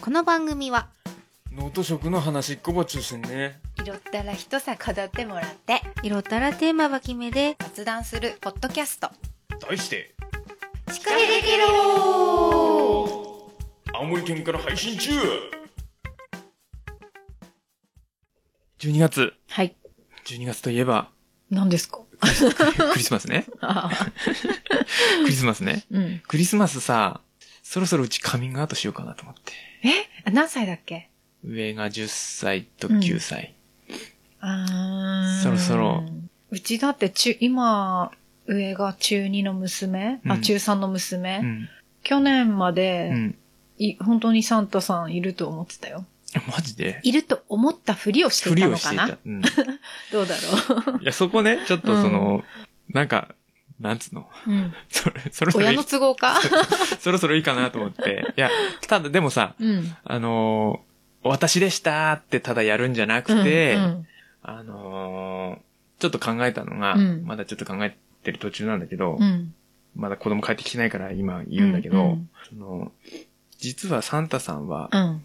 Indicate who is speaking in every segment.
Speaker 1: この番組は
Speaker 2: ノート食の話っこば中心ね
Speaker 3: 色ったら一さ飾ってもらって
Speaker 1: 色ったらテーマは決めで
Speaker 3: 雑談するポッドキャスト
Speaker 2: 題して
Speaker 1: 仕掛けできる
Speaker 2: 青森県から配信中12月
Speaker 3: はい
Speaker 2: 12月とい えば
Speaker 3: 何ですか
Speaker 2: クリスマスねクリスマスね
Speaker 3: うん
Speaker 2: クリスマスさそろそろうちカミングアウトしようかなと思って
Speaker 3: え何歳だっけ
Speaker 2: 上が10歳と9歳、
Speaker 3: あー
Speaker 2: そろそろ
Speaker 3: うちだって中今上が中2の娘、
Speaker 2: う
Speaker 3: あ
Speaker 2: ん
Speaker 3: 中3の
Speaker 2: う
Speaker 3: 娘、
Speaker 2: ん
Speaker 3: 去年ま
Speaker 2: う
Speaker 3: で、
Speaker 2: ん
Speaker 3: い本当にサンタさんいると思ってたよ
Speaker 2: マジで
Speaker 3: いると思ったふりをして
Speaker 2: ふ
Speaker 3: い
Speaker 2: り
Speaker 3: た
Speaker 2: を
Speaker 3: の
Speaker 2: し
Speaker 3: か
Speaker 2: てい
Speaker 3: な
Speaker 2: た、うん
Speaker 3: どうだろ
Speaker 2: いや、そこね、ちょっとその、なんか、なんつうの、
Speaker 3: う、うん、
Speaker 2: それ、そろそろ
Speaker 3: 親
Speaker 2: いい
Speaker 3: の、都合か
Speaker 2: そろそろいいかなと思って。いや、ただでもさ、
Speaker 3: うん
Speaker 2: あのー私でしたってただやるんじゃなくて、
Speaker 3: うん
Speaker 2: あのーちょっと考えたのが、
Speaker 3: うん
Speaker 2: まだちょっと考えてる途中なんだけど、
Speaker 3: うんうん
Speaker 2: まだ子供帰ってきてないから今言うんだけど、
Speaker 3: うんうん
Speaker 2: その、実はサンタさんは
Speaker 3: うん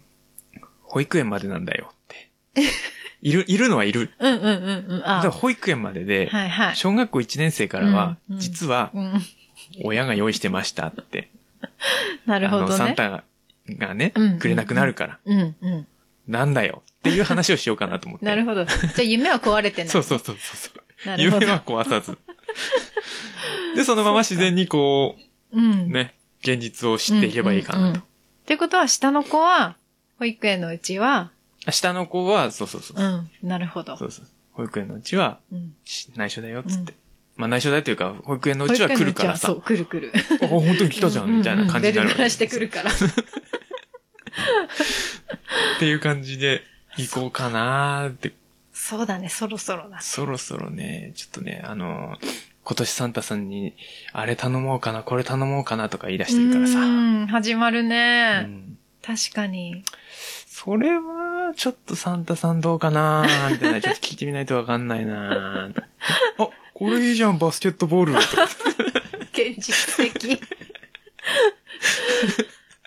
Speaker 2: 保育園までなんだよって。いる、いるのはいる。
Speaker 3: うんうんうんうん あ
Speaker 2: でも保育園までで、
Speaker 3: はいはい
Speaker 2: 小学校1年生からは、
Speaker 3: うんうん
Speaker 2: 実は
Speaker 3: うん
Speaker 2: 親が用意してましたって。
Speaker 3: なるほ
Speaker 2: あ
Speaker 3: ど
Speaker 2: の、
Speaker 3: ね
Speaker 2: サンタががね
Speaker 3: うん、
Speaker 2: くれなくなるから、
Speaker 3: うんうん
Speaker 2: なんだよっていう話をしようかなと思っ て。
Speaker 3: なる
Speaker 2: ほ
Speaker 3: ほどじゃあ夢は壊れてない
Speaker 2: そうそうそうそう。
Speaker 3: なるほど
Speaker 2: 夢は 壊さず。で、そのまま自然にこ
Speaker 3: うん
Speaker 2: う、ね、現実を知っていけばいいかなと。
Speaker 3: うんうんうんってことは、下の子は、保育園のうちは、
Speaker 2: あ下の子は、そうそうそう。
Speaker 3: うん、なるほど
Speaker 2: そ。うそう。保育園のうちは、
Speaker 3: うん
Speaker 2: し内緒だよ、つって。
Speaker 3: う
Speaker 2: まあ内緒だよというか、保育園のうちは来るから
Speaker 3: 保
Speaker 2: さ、
Speaker 3: 育園のうちはそう、来る来る。
Speaker 2: あ、本当に来たじゃん、みたいな感じにな
Speaker 3: うんうんうんベル鳴
Speaker 2: るわけ
Speaker 3: ら
Speaker 2: で
Speaker 3: し
Speaker 2: すよ
Speaker 3: てくる から。
Speaker 2: っていう感じで、行こうかなーって
Speaker 3: そうだね、そろそろだ。
Speaker 2: そろそろね、ちょっとね、あの、今年サンタさんに、あれ頼もうかな、これ頼もうかなとか言い出してるからさ。
Speaker 3: う、
Speaker 2: うん
Speaker 3: 始まるね。確かに。
Speaker 2: それは、ちょっとサンタさんどうかなみたいな、ちょっと聞いてみないとわかんないな あ、これいいじゃん、バスケットボール。とか
Speaker 3: 現実 的。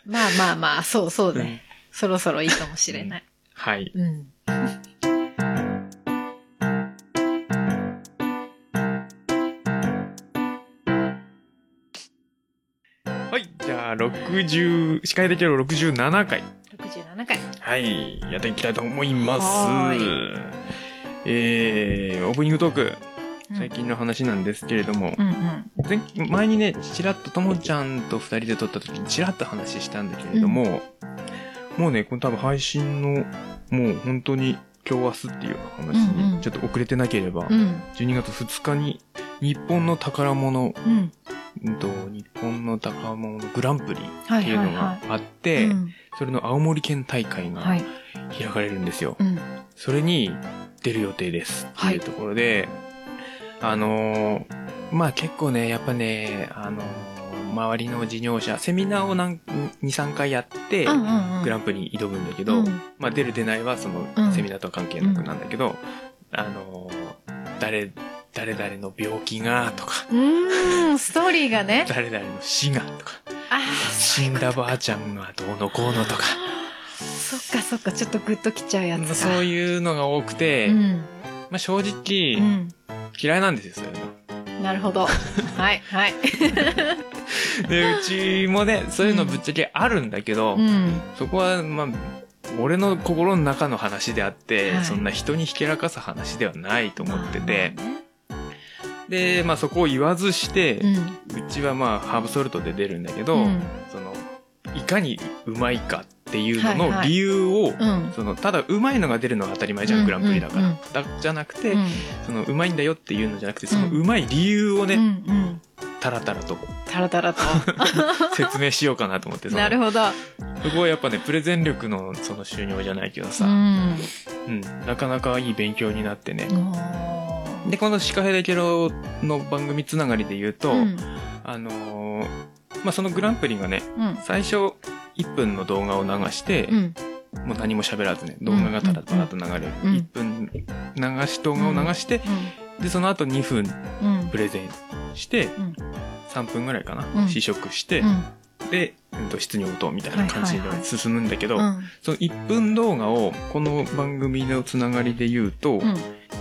Speaker 3: まあまあまあ、そうそうね。そろそろいいかもしれない。
Speaker 2: はい。
Speaker 3: うん。
Speaker 2: はい、じゃあ、60、司会できる67回。
Speaker 3: 67回。
Speaker 2: はい、やっていきたいと思います
Speaker 3: はー。
Speaker 2: えー、オープニングトーク、
Speaker 3: うん
Speaker 2: 最近の話なんですけれども、
Speaker 3: うんうん。
Speaker 2: 前前にねちらっとともちゃんと2人で撮った時にちらっと話したんだけれども、もうねこの多分配信のもう本当に今日明日っていう話
Speaker 3: うんうん
Speaker 2: にちょっと遅れてなければ、
Speaker 3: うん。
Speaker 2: 12月2日に日本の宝物、
Speaker 3: うん。
Speaker 2: うんと、日本の宝物グランプリっ
Speaker 3: はい
Speaker 2: ていう
Speaker 3: は
Speaker 2: の
Speaker 3: いは
Speaker 2: があっ
Speaker 3: い。
Speaker 2: て、
Speaker 3: うん
Speaker 2: それの青森県大会が
Speaker 3: はい。
Speaker 2: 開かれるんですよ。
Speaker 3: うん。
Speaker 2: それに出る予定ですって
Speaker 3: はい
Speaker 2: いうところで、あのーまあ結構ねやっぱねあのー周りの事業者セミナーを23回やって、
Speaker 3: うんうんうん
Speaker 2: グランプリに挑むんだけど、
Speaker 3: うん
Speaker 2: まあ、出る出ないはその
Speaker 3: うん
Speaker 2: セミナーとは関係なくなんだけど、あのー誰誰々の病気がとか
Speaker 3: うーん、ストーリーがね。
Speaker 2: 誰々の死がとか
Speaker 3: あ
Speaker 2: 死んだばあちゃんがどうのこうのとか
Speaker 3: あ、そっかそっか、ちょっとグッときちゃうやつか。
Speaker 2: そういうのが多くて、
Speaker 3: うん。
Speaker 2: まあ、正
Speaker 3: う
Speaker 2: 直、
Speaker 3: ん。
Speaker 2: 嫌いなんですよそういうの。
Speaker 3: なるほど。はい、はい。
Speaker 2: でうちもねそういうのぶっちゃけあるんだけど、
Speaker 3: うん。
Speaker 2: そこはまあ俺の心の中の話であって、
Speaker 3: はい
Speaker 2: そんな人にひけらかす話ではないと思ってて、
Speaker 3: まあまあね
Speaker 2: で、まあ、そこを言わずして、
Speaker 3: うん。
Speaker 2: うちはまあハーブソルトで出るんだけど、
Speaker 3: うん
Speaker 2: そのいかにうまいかっていうの
Speaker 3: はい
Speaker 2: の
Speaker 3: はい
Speaker 2: 理由
Speaker 3: う
Speaker 2: を、
Speaker 3: ん。
Speaker 2: そのただうまいのが出るのが当たり前じゃん、
Speaker 3: うん
Speaker 2: グランプリだから、
Speaker 3: うん
Speaker 2: だじゃなくて、
Speaker 3: うん
Speaker 2: そのうまいんだよっていうのじゃなくてその
Speaker 3: うん
Speaker 2: うまい理由をね、
Speaker 3: うんうん。
Speaker 2: たらたらと
Speaker 3: タラタラと。
Speaker 2: 説明しようかなと思ってその
Speaker 3: なるほど。
Speaker 2: すごいやっぱねプレゼン力のその収納じゃないけど
Speaker 3: う
Speaker 2: さ、
Speaker 3: ん。
Speaker 2: うんなかなかいい勉強になってね、
Speaker 3: おー
Speaker 2: でこの「シカヘデケロ」の番組つながりで言うと、
Speaker 3: うん。
Speaker 2: あのーまあ、そのグランプリがね
Speaker 3: うん。
Speaker 2: 最初1分の動画を流して、
Speaker 3: うん。
Speaker 2: もう何も喋らずね動画がただただと流れる、
Speaker 3: うん
Speaker 2: 1分流し動画を流して、でその後2分
Speaker 3: うん。
Speaker 2: プレゼンして、
Speaker 3: ん
Speaker 2: 3分ぐらいかな、
Speaker 3: うん
Speaker 2: 試食して、
Speaker 3: うん。
Speaker 2: で、うん、と質に応答みたいな感じで
Speaker 3: はいはいはい
Speaker 2: 進むんだけど、
Speaker 3: うん。
Speaker 2: その1分動画をこの番組のつながりで言うと、
Speaker 3: うん。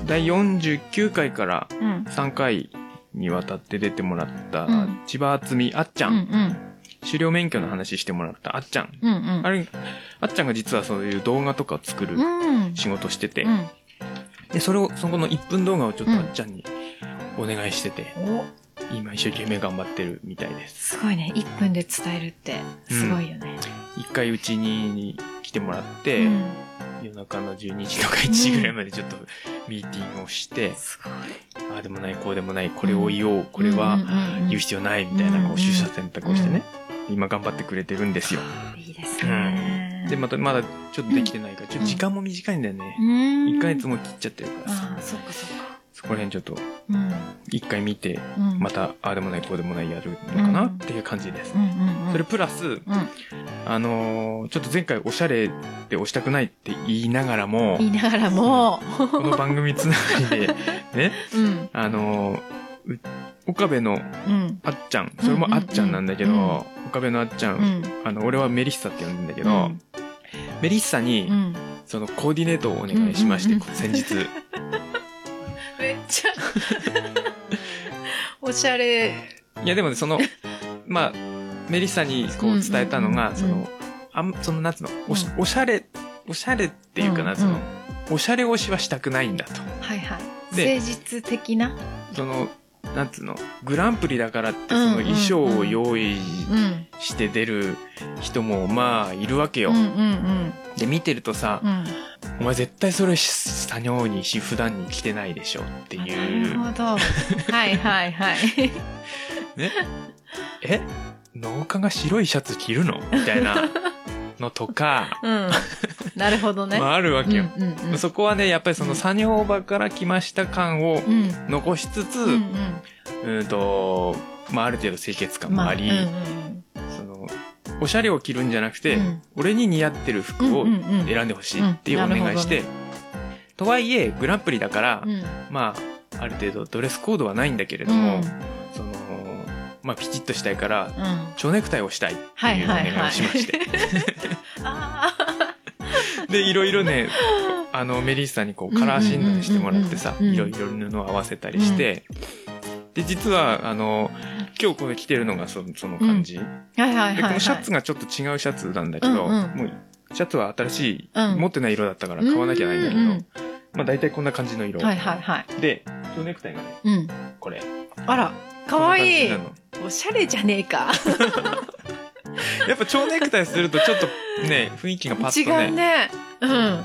Speaker 2: 第49回から
Speaker 3: うん。
Speaker 2: 3回にわたって出てもらった、
Speaker 3: うん
Speaker 2: 千葉厚美あっちゃ、
Speaker 3: うんん。
Speaker 2: 狩猟免許の話してもらったあっちゃん。
Speaker 3: うん。うん。
Speaker 2: あれ、あっちゃんが実はそういう動画とかを作る
Speaker 3: うん。
Speaker 2: 仕事してて、
Speaker 3: うん。
Speaker 2: で、それを、そこの1分動画をちょっと
Speaker 3: う
Speaker 2: あ
Speaker 3: ん
Speaker 2: っちゃんにお願いしてて、
Speaker 3: お、
Speaker 2: 今一生懸命頑張ってるみたいです。
Speaker 3: すごいね。1分で伝えるって、すごいよね。
Speaker 2: 一回うちに来てもらっ
Speaker 3: う
Speaker 2: て、
Speaker 3: ん。
Speaker 2: 夜中の12時とか1時ぐらいまでちょっとミーティングをして、
Speaker 3: すごい。
Speaker 2: ああでもない、こうでもない、これを言おう、これは
Speaker 3: うんうんうんうん
Speaker 2: 言う必要ないみたいな、こ
Speaker 3: うん
Speaker 2: う、取捨選択をしてね、今頑張ってくれてるんですよ。
Speaker 3: いいですね。
Speaker 2: で、また、まだちょっとできてないから、ちょっと時間も短いんだよね。
Speaker 3: うん。
Speaker 2: 一ヶ月も切っちゃってるからさ、
Speaker 3: ああ、そっかそっか。
Speaker 2: そこら辺ちょっと
Speaker 3: うん。
Speaker 2: 一回見て、
Speaker 3: うん。
Speaker 2: また、ああでもない、こうでもないやるのかなっていう感じです
Speaker 3: う。んうんうん。
Speaker 2: それプラス、
Speaker 3: うん。
Speaker 2: あのーちょっと前回おしゃれで押したくないって言いながらも
Speaker 3: 言、いながらも、
Speaker 2: この番組つながりで、ね、
Speaker 3: うん。
Speaker 2: あのーう岡部の
Speaker 3: うん。
Speaker 2: あっちゃん、それもあっちゃんなんだけど、
Speaker 3: うんうんうん
Speaker 2: 岡部のあっちゃん、
Speaker 3: うん。
Speaker 2: あの、俺はメリッサって呼んだけ
Speaker 3: け
Speaker 2: ど、メリッサに、
Speaker 3: うん。
Speaker 2: そのコーディネートをお願いしまして、
Speaker 3: うんうんうん
Speaker 2: 先日、
Speaker 3: めっちゃ おしゃれ
Speaker 2: いやでもね そのまあメリッサにこう伝えたのが、
Speaker 3: うんうん
Speaker 2: そ
Speaker 3: うん
Speaker 2: のあんそのなんつうのおし,、おしゃれおしゃれっていうかな、
Speaker 3: うん
Speaker 2: そ
Speaker 3: うん
Speaker 2: のおしゃれ推しはしたくないんだと
Speaker 3: はいはい
Speaker 2: で
Speaker 3: 誠実的な
Speaker 2: そのなんつうのグランプリだからってそ
Speaker 3: うん
Speaker 2: の
Speaker 3: うんうん
Speaker 2: 衣装を用意
Speaker 3: うん
Speaker 2: して出る人もまあいるわけ
Speaker 3: う
Speaker 2: よ、
Speaker 3: んうん
Speaker 2: で見てるとさ
Speaker 3: うんう、ん
Speaker 2: お前絶対それし作業にし普段に着てないでしょっていう
Speaker 3: なるほ どはいはいはい、
Speaker 2: え農家が白いシャツ着るのみたいなのとか
Speaker 3: うんなるほどね、
Speaker 2: まああるわけよ、
Speaker 3: うんうんうん
Speaker 2: そこはね、やっぱりその作業場から来ました感を
Speaker 3: うん
Speaker 2: 残しつつ、
Speaker 3: うんう
Speaker 2: うんんと、まあ、ある程度清潔感も
Speaker 3: ま
Speaker 2: あり、
Speaker 3: うんうん
Speaker 2: その、おしゃれを着るんじゃなくて、
Speaker 3: うん
Speaker 2: 俺に似合ってる服を
Speaker 3: うんうんうん
Speaker 2: 選んでほしいっていうお願いして、
Speaker 3: うん
Speaker 2: とはいえ、グランプリだから、
Speaker 3: うん
Speaker 2: まあ、ある程度ドレスコードはないんだけれど
Speaker 3: うん
Speaker 2: も、その、まあ、ピチッとしたいから、
Speaker 3: うん
Speaker 2: 蝶ネクタイをしたいっていうお願いをしま して。
Speaker 3: あ
Speaker 2: で、いろいろね、あの、メリッサにこう、カラー診断してもらってさ、
Speaker 3: うんうん
Speaker 2: いろいろ布を合わせたりして、で、実は、あの、今日これ着てるのがその、その感じ。
Speaker 3: ーはいはいはい
Speaker 2: で、
Speaker 3: は
Speaker 2: こ
Speaker 3: い
Speaker 2: のシャツがちょっと違うシャツなんだけど、
Speaker 3: うんうん
Speaker 2: もう、シャツは新しい、
Speaker 3: うん
Speaker 2: 持ってない色だったから買わなきゃないんだけど、
Speaker 3: うんうん
Speaker 2: まあ大体こんな感じの色。
Speaker 3: はいはいはい
Speaker 2: で、蝶ネクタイがね、
Speaker 3: うん
Speaker 2: これ。
Speaker 3: あらかわいい
Speaker 2: こんな感じ
Speaker 3: おしゃれじゃねえか
Speaker 2: なの やっぱ蝶ネクタイするとちょっとね、雰囲気がパッと
Speaker 3: 違う
Speaker 2: ね、
Speaker 3: ねうん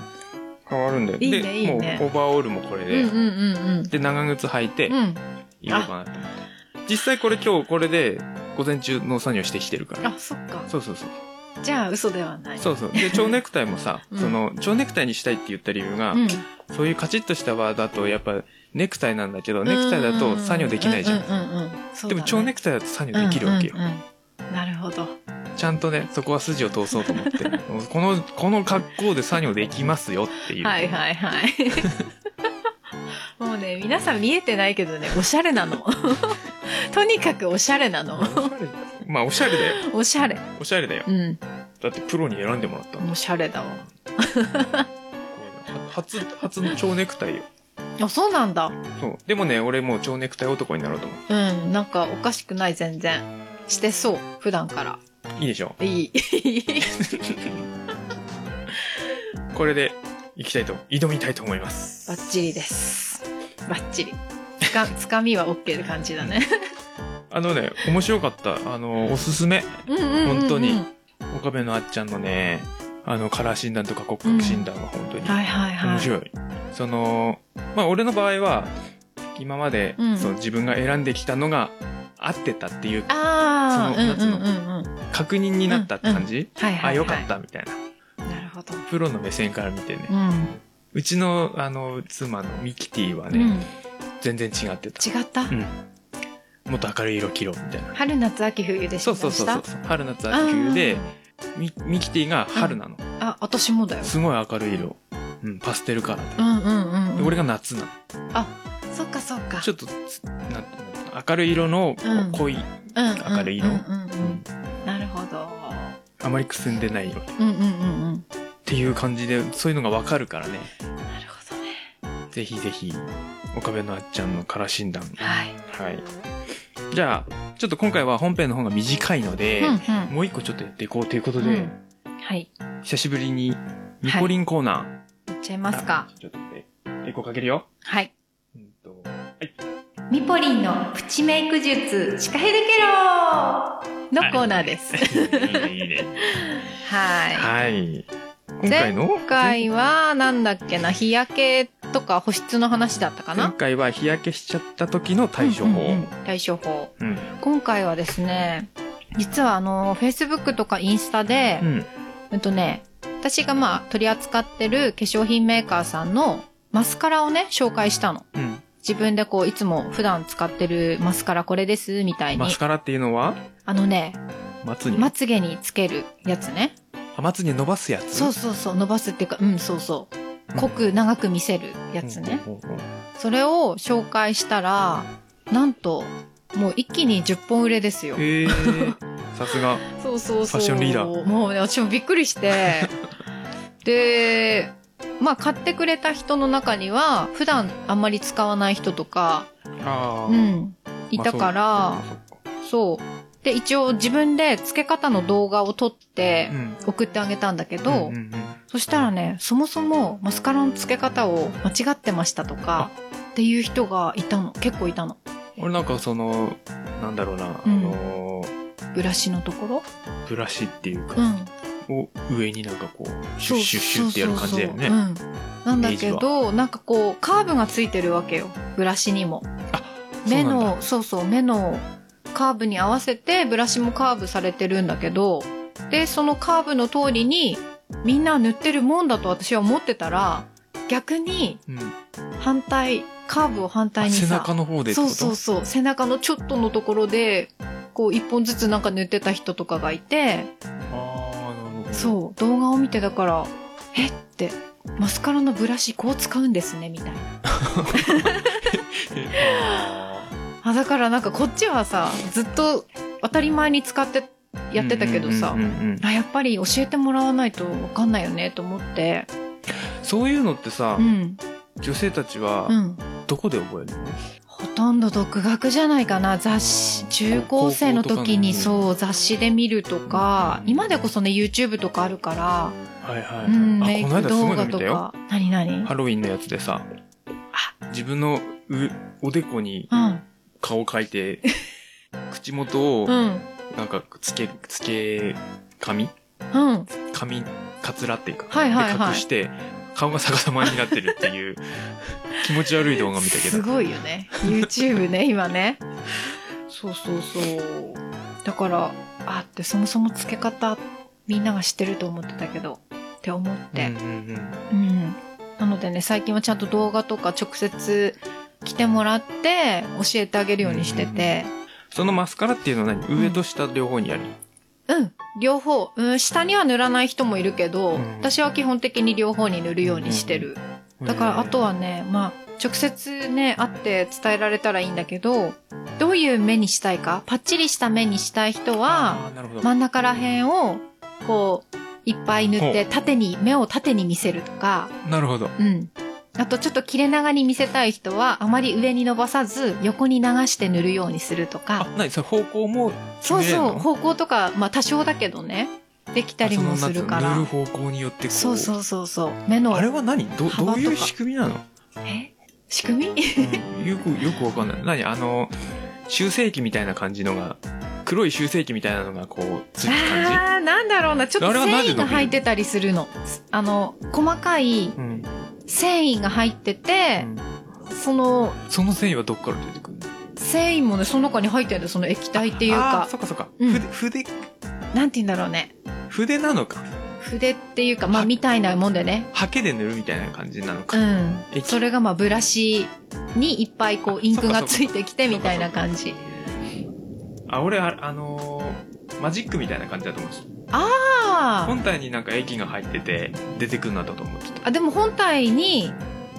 Speaker 2: 変わるんだよ。
Speaker 3: いいねいいね
Speaker 2: で、もうオーバーオールもこれ
Speaker 3: うんう
Speaker 2: で、
Speaker 3: んうん
Speaker 2: で、長靴履いて、
Speaker 3: うんうん
Speaker 2: 言おうかなと思って。実際これ今日これで午前中農作業してきてるから。
Speaker 3: あそっか
Speaker 2: そうそうそう。
Speaker 3: じゃあ嘘ではない、
Speaker 2: そうそう。で、蝶ネクタイもさ
Speaker 3: うん
Speaker 2: その、蝶ネクタイにしたいって言った理由が、
Speaker 3: うん
Speaker 2: そういうカチッとした場だとやっぱネクタイなんだけど、ネクタイだと作業できないじゃん。
Speaker 3: うんうんうんそう
Speaker 2: で
Speaker 3: だね
Speaker 2: も蝶ネクタイだと作業できるわけよ
Speaker 3: うん。うんうんなるほど
Speaker 2: ちゃんとね、そこは筋を通そうと思って。 この、この格好で作業できますよっていう。
Speaker 3: はいはいはいもうね皆さん見えてないけどねおしゃれなの とにかくおしゃれな
Speaker 2: おし
Speaker 3: の
Speaker 2: ゃれまあ、おしゃれだよ。
Speaker 3: おしゃれ
Speaker 2: おしゃれだよ。
Speaker 3: うん
Speaker 2: だってプロに選んでもらったの。
Speaker 3: おしゃれだわ
Speaker 2: は初、初の蝶ネクタイよ。
Speaker 3: あそうなんだ
Speaker 2: そう。でもね、俺もう蝶ネクタイ男になろうと思
Speaker 3: うんなんかおかしくない全然してそう普段から
Speaker 2: う。いいでしょ
Speaker 3: いい
Speaker 2: これで行きたいと、挑みたいと思います。
Speaker 3: バッチリです。バッチリ。つか、 つかみは OK って感じだね。
Speaker 2: あのね、面白かった。あの、おすすめ。
Speaker 3: うんうん
Speaker 2: うん本当に岡部のあっちゃんのね、あの、カラー診断とか骨格診断は本当に
Speaker 3: はいはいはい。
Speaker 2: 面白い。その、まあ、俺の場合は、今まで、
Speaker 3: うん
Speaker 2: そう自分が選んできたのが合ってたっていう
Speaker 3: ああ、
Speaker 2: その夏の
Speaker 3: うんうんうんうん。はい
Speaker 2: 確認になったって感じ、
Speaker 3: はい、はい。
Speaker 2: あ、よかっ。たみたいな。
Speaker 3: なるほど。
Speaker 2: プロの目線から見てね。
Speaker 3: うん。
Speaker 2: うちの、あの、妻のミキティは
Speaker 3: う
Speaker 2: ね、
Speaker 3: ん。違
Speaker 2: 全然違ってた。
Speaker 3: った、
Speaker 2: うん。もっと明るい色着ろみたいな。
Speaker 3: 春夏秋冬でし
Speaker 2: そ
Speaker 3: ょ
Speaker 2: うそうそうそう。春夏秋冬で、ミミキティが春なの。
Speaker 3: あ、私もだよ。
Speaker 2: すごい明るい色。うん、パステルカラー
Speaker 3: う
Speaker 2: で。
Speaker 3: んうんうん、う
Speaker 2: で
Speaker 3: ん。
Speaker 2: 俺が夏なの。
Speaker 3: そっかそっか。
Speaker 2: ちょっとつ、なんていうの明るい色の
Speaker 3: うん
Speaker 2: 濃い。
Speaker 3: うんうんうんうん
Speaker 2: 明るい色
Speaker 3: うんうんうん。なるほど。
Speaker 2: あまりくすんでないよっ
Speaker 3: うんうんうんうん。
Speaker 2: ていう感じで、そういうのがわかるからね。
Speaker 3: なるほどね。
Speaker 2: ぜひぜひ、岡部のあっちゃんのカラー診断。
Speaker 3: はい。
Speaker 2: はい。じゃあ、ちょっと今回は本編の方が短いので、
Speaker 3: うん
Speaker 2: もう一個ちょっとやっていこうということで、
Speaker 3: うんうん。はい。
Speaker 2: 久しぶりにニコリンコーナー。
Speaker 3: いっちゃいますか。
Speaker 2: ちょっと待ってエコーかけるよ。
Speaker 3: はい。
Speaker 2: うんと
Speaker 3: ミポリンのプチメイク術、チカヘデケローのコーナーです。
Speaker 2: いいね。
Speaker 3: は
Speaker 2: はい。
Speaker 3: い。
Speaker 2: 今回の
Speaker 3: 前回は、なんだっけな、日焼けとか保湿の話だったか
Speaker 2: 前
Speaker 3: な
Speaker 2: 回は日焼けしちゃった時の対処法。
Speaker 3: うんうんうん対処法。
Speaker 2: うん。
Speaker 3: 今回はですね、実はあの、Facebook とかインスタで、
Speaker 2: うん。
Speaker 3: うんとね、私がまあ取り扱ってる化粧品メーカーさんのマスカラをね、紹介したの。
Speaker 2: うん
Speaker 3: 自分でこう、いつも普段使ってるマスカラこれです、みたいに
Speaker 2: マ。スカラっていうのは、
Speaker 3: あのね、
Speaker 2: まつに。
Speaker 3: まつげにつけるやつね。
Speaker 2: あまつに伸ばすやつ。
Speaker 3: そうそうそう、伸ばすっていうか、うん、そうそう。濃く長く見せるやつね。
Speaker 2: うん。うんうんうん
Speaker 3: それを紹介したら、なんと、もう一気に10本売れですよ。
Speaker 2: へえ。さすが。
Speaker 3: そうそうそう。
Speaker 2: ファッションリーダー
Speaker 3: もうね、私もびっくり して。で、まあ買ってくれた人の中には、普段あんまり使わない人とか、
Speaker 2: ああ。
Speaker 3: う。ん、いたから、
Speaker 2: まあそうか
Speaker 3: そう。で、一応自分で付け方の動画を撮って
Speaker 2: う、ん。
Speaker 3: 送ってあげたんだけど、
Speaker 2: うんうんうん
Speaker 3: そしたらね、そもそもマスカラの付け方を間違ってましたとか、っていう人がいたの。結構いたの。
Speaker 2: 俺なんかその、なんだろうな、
Speaker 3: うん
Speaker 2: あのー、
Speaker 3: ブラシのところ
Speaker 2: ブラシっていうか、
Speaker 3: うん。
Speaker 2: を上になんかこう、シュッシュッシュッってやる感じだよね。
Speaker 3: そうそうそううん。なんだけ
Speaker 2: イメージ
Speaker 3: ど、なんかこう、カーブがついてるわけよ。ブラシにも。目
Speaker 2: そうなんだ
Speaker 3: の、そうそう、目のカーブに合わせて、ブラシもカーブされてるんだけど、で、そのカーブの通りに、みんな塗ってるもんだと私は思ってたら、逆に
Speaker 2: うん
Speaker 3: 反対、カーブを反対にさ。
Speaker 2: 背中の方でって
Speaker 3: そ
Speaker 2: こ
Speaker 3: う
Speaker 2: と
Speaker 3: そうそう背中のちょっとのところでこう一本ずつなんか塗ってた人とかがいて
Speaker 2: ああなるほど
Speaker 3: そう動画を見てだから「えっ?」て「マスカラのブラシこう使うんですね」みたいな
Speaker 2: あ
Speaker 3: あだからなんかこっちはさずっと当たり前に使って
Speaker 2: ー
Speaker 3: やってたけどさ、
Speaker 2: うんうんうんうん
Speaker 3: あやっぱり教えてもらわないと分かんないよねと思って
Speaker 2: そういうのってさ、
Speaker 3: うん
Speaker 2: 女性たちは
Speaker 3: うん
Speaker 2: どこで覚えるの、
Speaker 3: ほとんど独学じゃないかな雑誌中高生の時に
Speaker 2: 高校とかの
Speaker 3: そう雑誌で見るとか今でこそね YouTube とかあるから
Speaker 2: はいはい、
Speaker 3: うん、メイ
Speaker 2: あこの
Speaker 3: ク
Speaker 2: 間すご
Speaker 3: 動
Speaker 2: いの
Speaker 3: 画
Speaker 2: 見
Speaker 3: と
Speaker 2: たよ
Speaker 3: か。何何
Speaker 2: ハロウィンのやつでさ自分のうおでこに
Speaker 3: うん。
Speaker 2: 顔描 いて口元
Speaker 3: う
Speaker 2: を
Speaker 3: ん。
Speaker 2: なんかつけつけ髪
Speaker 3: うん。
Speaker 2: 髪かつらっていうか、
Speaker 3: はいはいはい
Speaker 2: で隠して顔が逆さまになってるって いう気持ち悪い動画見たけ
Speaker 3: す
Speaker 2: ど
Speaker 3: ごいよね。YouTube ね、今ね。そうそうそう。だから、あって、そもそも付け方、みんなが知ってると思ってたけど、って思っ
Speaker 2: うんう
Speaker 3: て。
Speaker 2: んうん
Speaker 3: うん。なのでね、最近はちゃんと動画とか直接来てもらって、教えてあげるようにしてて。
Speaker 2: そのマスカラっていうのは何上と下両方にある、
Speaker 3: うん。両方。うん、下には塗らない人もいるけど、
Speaker 2: うん
Speaker 3: 私は基本的に両方に塗るようにしてる。だからあとはね、まあ、直接ね、会って伝えられたらいいんだけど、どういう目にしたいか、パッチリした目にしたい人は、
Speaker 2: あーなるほど、
Speaker 3: 真ん中ら辺を、こう、いっぱい塗って、縦に、目を縦に見せるとか、
Speaker 2: なるほど
Speaker 3: うん。あとちょっと切れ長に見せたい人は、あまり上に伸ばさず、横に流して塗るようにすると
Speaker 2: あ
Speaker 3: か、
Speaker 2: 何それ方向も決
Speaker 3: そう
Speaker 2: めれる
Speaker 3: そ
Speaker 2: の
Speaker 3: う、方向とか、まあ多少だけどね、できたりもするか
Speaker 2: あその
Speaker 3: ら。
Speaker 2: 塗る方向によってこう
Speaker 3: そうそうそうそう。目の、
Speaker 2: あれは何ど
Speaker 3: 幅と
Speaker 2: ど
Speaker 3: か
Speaker 2: ういう仕組みなの、
Speaker 3: え仕組み
Speaker 2: うんよくよくわかんない何あの修正器みたいな感じのが黒い修正器みたいなのがこうついた感
Speaker 3: あーなんだろうなちょっ
Speaker 2: あ
Speaker 3: と
Speaker 2: れは
Speaker 3: 繊
Speaker 2: なんで
Speaker 3: 維が入ってたりするのあの細かい
Speaker 2: じ、うん
Speaker 3: 繊維が入ってて、その
Speaker 2: その繊維はどっから出てくるの
Speaker 3: 繊維もねその中に入ってるんだよその液体っていう
Speaker 2: あ
Speaker 3: か
Speaker 2: ーそっかそっか、
Speaker 3: うん
Speaker 2: 筆筆
Speaker 3: なんて言うんだろうね
Speaker 2: 筆なのか
Speaker 3: 筆っていうかまあみたいなもんでね
Speaker 2: 刷毛で塗るみたいな感じなのか、
Speaker 3: うん
Speaker 2: 液
Speaker 3: それがまあブラシにいっぱいこうインク
Speaker 2: あ
Speaker 3: が
Speaker 2: そっか
Speaker 3: つ
Speaker 2: そっ
Speaker 3: い
Speaker 2: か
Speaker 3: てきてみたいな感じ
Speaker 2: あ俺ああのーマジックみたいな感じだと思うんです
Speaker 3: あー
Speaker 2: 本体になんか液が入ってて出てくるんだったと思ってた
Speaker 3: あでも本体に、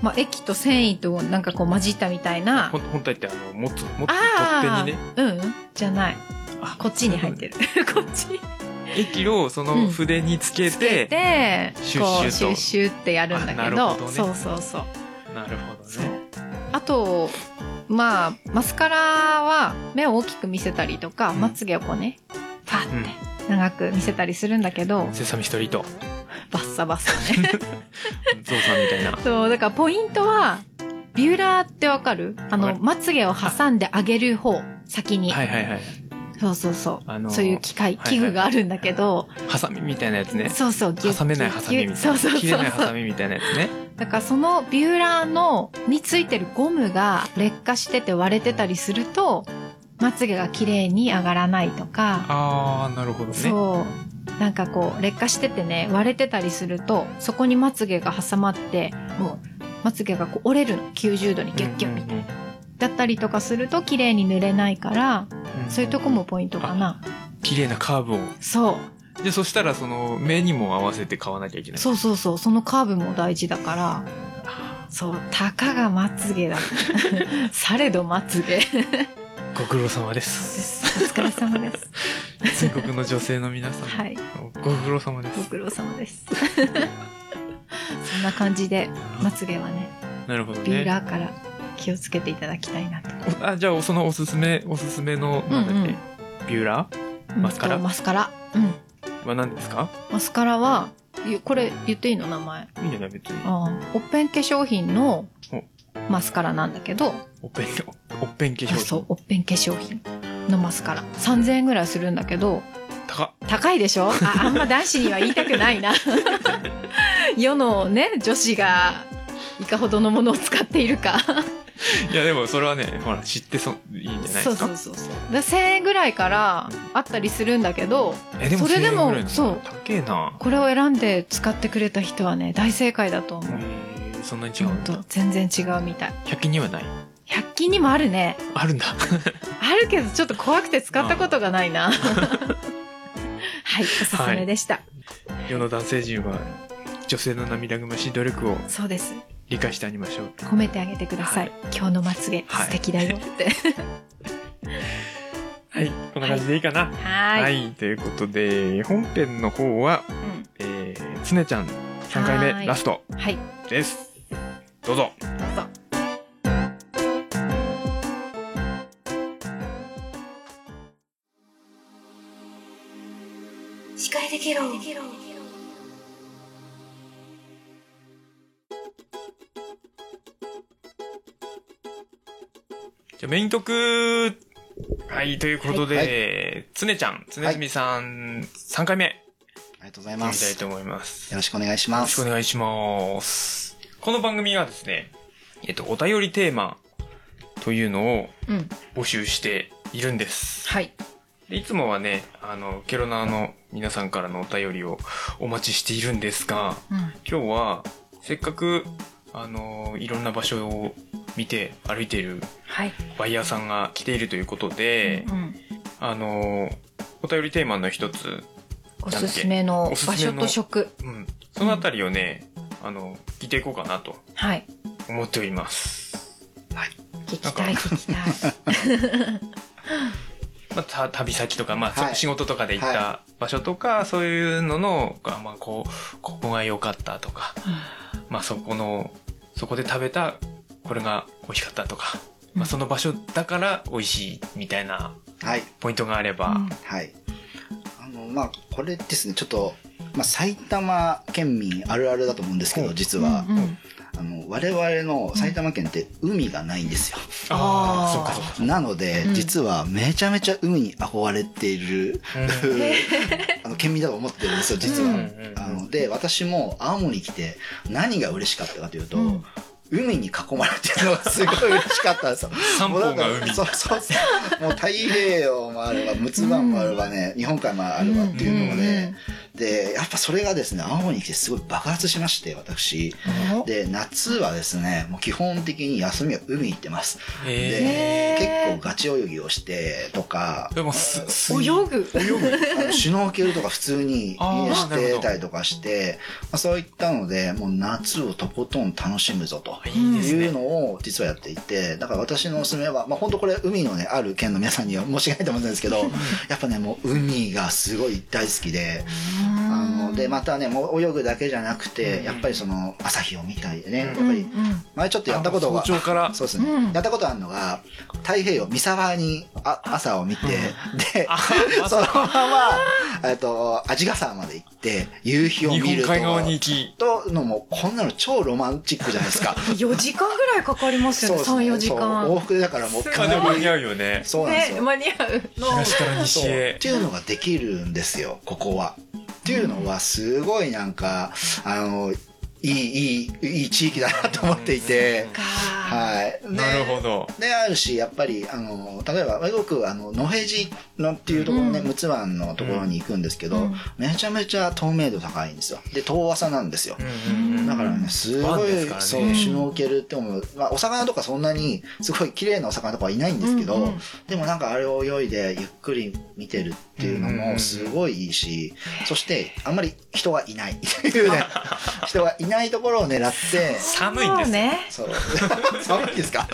Speaker 3: まあ、液と繊維となんかこう混じったみたいな
Speaker 2: ほん本体ってあの持つ持つ取っ
Speaker 3: あ
Speaker 2: 手にね
Speaker 3: あ、うんじゃない
Speaker 2: あ
Speaker 3: こっちに入ってる。こっち。
Speaker 2: 液をその筆につけ
Speaker 3: つけ
Speaker 2: て、
Speaker 3: て
Speaker 2: シュッ
Speaker 3: こう
Speaker 2: シ
Speaker 3: シ
Speaker 2: ュ
Speaker 3: ュ
Speaker 2: ッ
Speaker 3: ッ
Speaker 2: と
Speaker 3: シュってやるんだ
Speaker 2: あな
Speaker 3: け
Speaker 2: る
Speaker 3: ど
Speaker 2: ほどね
Speaker 3: そうそうそう
Speaker 2: なるほど
Speaker 3: そう
Speaker 2: ね。
Speaker 3: あとまあマスカラは目を大きく見せたりとか、
Speaker 2: うん
Speaker 3: まつげをこうねパッて長く見せたりするんだけど、
Speaker 2: セサミストリー ト。
Speaker 3: バッサバッサね
Speaker 2: ゾウさんみたいな。
Speaker 3: そうだからポイントはビューラーってわかるあ
Speaker 2: わ
Speaker 3: の
Speaker 2: かる
Speaker 3: まつげを挟んであげる方先に、
Speaker 2: はいはいはい。
Speaker 3: そうそうそう、
Speaker 2: あのー
Speaker 3: そういう機械
Speaker 2: はいはい
Speaker 3: 器具があるんだけど、
Speaker 2: ハサミみたいなやつね。
Speaker 3: そうそうギュッ
Speaker 2: 挟めないハサミみたいな。
Speaker 3: そうそうそう
Speaker 2: 切れないハサミみたいなやつね。
Speaker 3: だからそのビューラーのについてるゴムが劣化してて割れてたりするとまつげが綺麗に上がらないとか、
Speaker 2: あー、なるほどね。
Speaker 3: そうなんかこう劣化しててね割れてたりするとそこにまつげが挟まってもうまつげがこう折れるの90度にギュッギュッ、
Speaker 2: うんうんうん
Speaker 3: だったりとかすると綺麗に塗れないから
Speaker 2: ん
Speaker 3: そういうとこもポイントかな、
Speaker 2: 綺麗なカーブを
Speaker 3: そう
Speaker 2: でそしたらその目にも合わせて買わなきゃいけない
Speaker 3: そうそうそうそのカーブも大事だからそうたかがまつげだ されどまつげ
Speaker 2: ご苦労 様です
Speaker 3: お疲れ様です。
Speaker 2: 全国の女性の皆さん、
Speaker 3: はい、
Speaker 2: ご苦労様で
Speaker 3: ご
Speaker 2: す
Speaker 3: 苦労様です。そんな感じで、まつげはね、
Speaker 2: なるほど
Speaker 3: ビュー
Speaker 2: ね
Speaker 3: ラーから気をつけていただきたいなと。
Speaker 2: おあじゃあそのおすすめおすすめのなんだっけ、ビューラマスカラ
Speaker 3: うんとマスカラ。うん。
Speaker 2: ーは何ですか
Speaker 3: マスカラは、ゆこれ言っていいの名前。あ
Speaker 2: いいんじゃない別に
Speaker 3: あ。おっぺん化粧品の
Speaker 2: お
Speaker 3: マスカラなんだけど、
Speaker 2: おっぺんおっぺん化
Speaker 3: あ
Speaker 2: 粧
Speaker 3: そう
Speaker 2: 品、
Speaker 3: おっぺん化粧品のマスカラ。3000円ぐらいするんだけど、
Speaker 2: 高っ
Speaker 3: 高いでしょああんま男子には言いたくない な世のね女子がいかほどのものを使っているか
Speaker 2: いやでもそれはねほら知ってそいいんじゃないですか
Speaker 3: そうそうそうそうで1000円ぐらいからあったりするんだけど
Speaker 2: えでも
Speaker 3: それでも
Speaker 2: 1000円ぐらいの
Speaker 3: そう
Speaker 2: 高えな
Speaker 3: これを選んで使ってくれた人はね大正解だと思う
Speaker 2: えーそんなに違
Speaker 3: ほ
Speaker 2: うんんだ
Speaker 3: と全然違うみたい
Speaker 2: 100均にはない
Speaker 3: 100均にもあるね
Speaker 2: あるんだ
Speaker 3: あるけどちょっと怖くて使ったことがない なはいおすすめでした、
Speaker 2: 世の男性陣は女性の涙ぐましい努力を
Speaker 3: そうです
Speaker 2: 理解してありましょう
Speaker 3: 褒めてあげてください、今日のまつげ
Speaker 2: はい
Speaker 3: 素敵だよって
Speaker 2: はい、こんな感じでいいかな。
Speaker 3: はーい
Speaker 2: ということで、本編の方は、
Speaker 3: う
Speaker 2: えー、つねちゃん3回
Speaker 3: はー
Speaker 2: 目
Speaker 3: い
Speaker 2: ラスト
Speaker 3: んはい
Speaker 2: です。どうぞ。
Speaker 3: どうぞ
Speaker 1: 歯科医できろ
Speaker 2: じゃあメイン曲はい、ということ
Speaker 4: は
Speaker 2: で、つねちゃん、つねずみさん、3回目、や
Speaker 4: ありがとうござい
Speaker 2: りた
Speaker 4: ま
Speaker 2: い
Speaker 4: す。
Speaker 2: と
Speaker 4: よ
Speaker 2: 思います。よ
Speaker 4: ろしくお願いしま
Speaker 2: ろしくお
Speaker 4: す。
Speaker 2: 願いします。この番組はですね、えっと、お便りテーマというのを
Speaker 3: うん
Speaker 2: 募集しているんです。
Speaker 3: はい
Speaker 2: でいつもはね、あの、ケロナーの皆さんからのお便りをお待ちしているんですが、
Speaker 3: うん
Speaker 2: 今日は、せっかく、あの、いろんな場所を見て歩いている
Speaker 3: はい
Speaker 2: バイヤーさんが来ているということで、
Speaker 3: うん
Speaker 2: あの、お便りテーマの一つ、
Speaker 3: おすすめの
Speaker 2: おすす
Speaker 3: 場
Speaker 2: めの
Speaker 3: 所と食
Speaker 2: うん、そのあたりをね、あの、聞いていこうかなと
Speaker 3: はい
Speaker 2: 思っております。
Speaker 3: 聞きたい
Speaker 2: な
Speaker 3: 聞 きたい
Speaker 2: まあ、た旅先とか、まあ、そ
Speaker 4: はい
Speaker 2: 仕事とかで行った場所とか、そういうのの、がまあ、こう、ここが良かったとか、まあそこの、そこで食べた、これが美味しかったとか、まあその場所だから美味しいみたいな
Speaker 4: はい。
Speaker 2: ポイントがあれば、
Speaker 3: うん
Speaker 4: はい。あの、まあ、これですね、ちょっと、まあ、埼玉県民あるあるだと思うんですけ
Speaker 2: ほ
Speaker 4: ど、
Speaker 2: う
Speaker 4: 実は
Speaker 3: う、んうん
Speaker 4: あの、我々の埼玉県って海がないんですよ。
Speaker 2: ああ、
Speaker 3: あー
Speaker 2: そっかそっか。
Speaker 4: なので
Speaker 3: う、ん
Speaker 4: 実はめちゃめちゃ海に憧れている、
Speaker 2: う
Speaker 4: あの、県民だと思ってるんですよ、実
Speaker 2: ん
Speaker 4: は。
Speaker 2: うん
Speaker 4: あ
Speaker 2: うん
Speaker 4: ので私も青森に来て何が嬉しかったかというと、
Speaker 3: うん
Speaker 4: 海に囲まれてるのがすごい嬉しかったんですよ。
Speaker 2: 三方が海
Speaker 4: もうだからそうそうそう。もう太平洋もあれば、陸奥湾もあればね、日本海もあればっていうの
Speaker 2: う
Speaker 4: で、でやっぱそれがですね青森に来てすごい爆発しまして私
Speaker 3: お
Speaker 4: で夏はですねもう基本的に休みは海行ってます
Speaker 2: え
Speaker 4: で
Speaker 3: へー
Speaker 4: 結構ガチ泳ぎをしてとか
Speaker 2: ー、でもす、す
Speaker 3: 泳ぐ
Speaker 2: 泳ぐ。
Speaker 4: あのシュノーケルとか普通に
Speaker 2: あー
Speaker 4: してたりとかして、まあ、そういったのでもう夏をとことん楽しむぞと。
Speaker 2: いいです
Speaker 4: いう
Speaker 2: ね。
Speaker 4: のを実はやっていて、だから私のおすすめは、まあ本当これ海のね、ある県の皆さんには申し訳ないと思うんですけど、やっぱね、もう海がすごい大好きで、あの、で、またね、もう泳ぐだけじゃなくて、
Speaker 2: うん
Speaker 4: やっぱりその朝日を見たりね、や
Speaker 2: う
Speaker 4: っぱり、
Speaker 3: うんうん
Speaker 4: 前ちょっとやったことが、
Speaker 2: 早朝から。
Speaker 4: そうですね、
Speaker 3: うん
Speaker 4: やったことあるのが、太平洋、三沢にあ朝を見て、で、
Speaker 2: あ
Speaker 4: そのまま、えっと、味ヶ沢まで行って、夕日を
Speaker 2: 日
Speaker 4: 見
Speaker 2: 本
Speaker 4: ると。
Speaker 2: 海側に行き。
Speaker 4: とのも、こんなの超ロマンチックじゃないですか。
Speaker 3: 4時間ぐらいかかりますよね
Speaker 4: ですね
Speaker 3: 34時
Speaker 4: そう往
Speaker 3: 間
Speaker 4: 復でだからもう
Speaker 2: ま
Speaker 4: か
Speaker 2: あでも
Speaker 4: な
Speaker 2: 間
Speaker 4: り
Speaker 2: に合うよね。
Speaker 4: そうなんです
Speaker 3: ね
Speaker 4: よ、
Speaker 3: 間に合うの
Speaker 2: 東から
Speaker 4: そ
Speaker 2: 西
Speaker 4: うっ
Speaker 2: へ。
Speaker 4: ていうのができるんですよここは。っていうのはすごいなんかあのいいいいいい地域だなと思っていて、
Speaker 3: か
Speaker 4: はい、で
Speaker 2: なるほど。
Speaker 4: であるしやっぱりあの例えば僕あの野平寺のっていうところね、
Speaker 3: うん
Speaker 4: 陸奥湾のところに行くんですけど、
Speaker 3: うん
Speaker 4: めちゃめちゃ透明度高いんですよで遠浅なんですよ、
Speaker 2: うんうんうん
Speaker 4: だからね、すご
Speaker 2: 湾
Speaker 4: い、
Speaker 2: ですからね
Speaker 4: そう、シュノーケルって思う。まあ、お魚とかそんなに、すごい綺麗なお魚とかはいないんですけど、
Speaker 3: うんうん
Speaker 4: でもなんかあれを泳いでゆっくり見てるっていうの
Speaker 2: うんうん
Speaker 4: もすごいいいし、そして、あんまり人がいないってい うね、人がいないところを狙って、
Speaker 2: 寒いんです
Speaker 3: そ
Speaker 2: よ
Speaker 3: うね
Speaker 4: そう、 寒いですか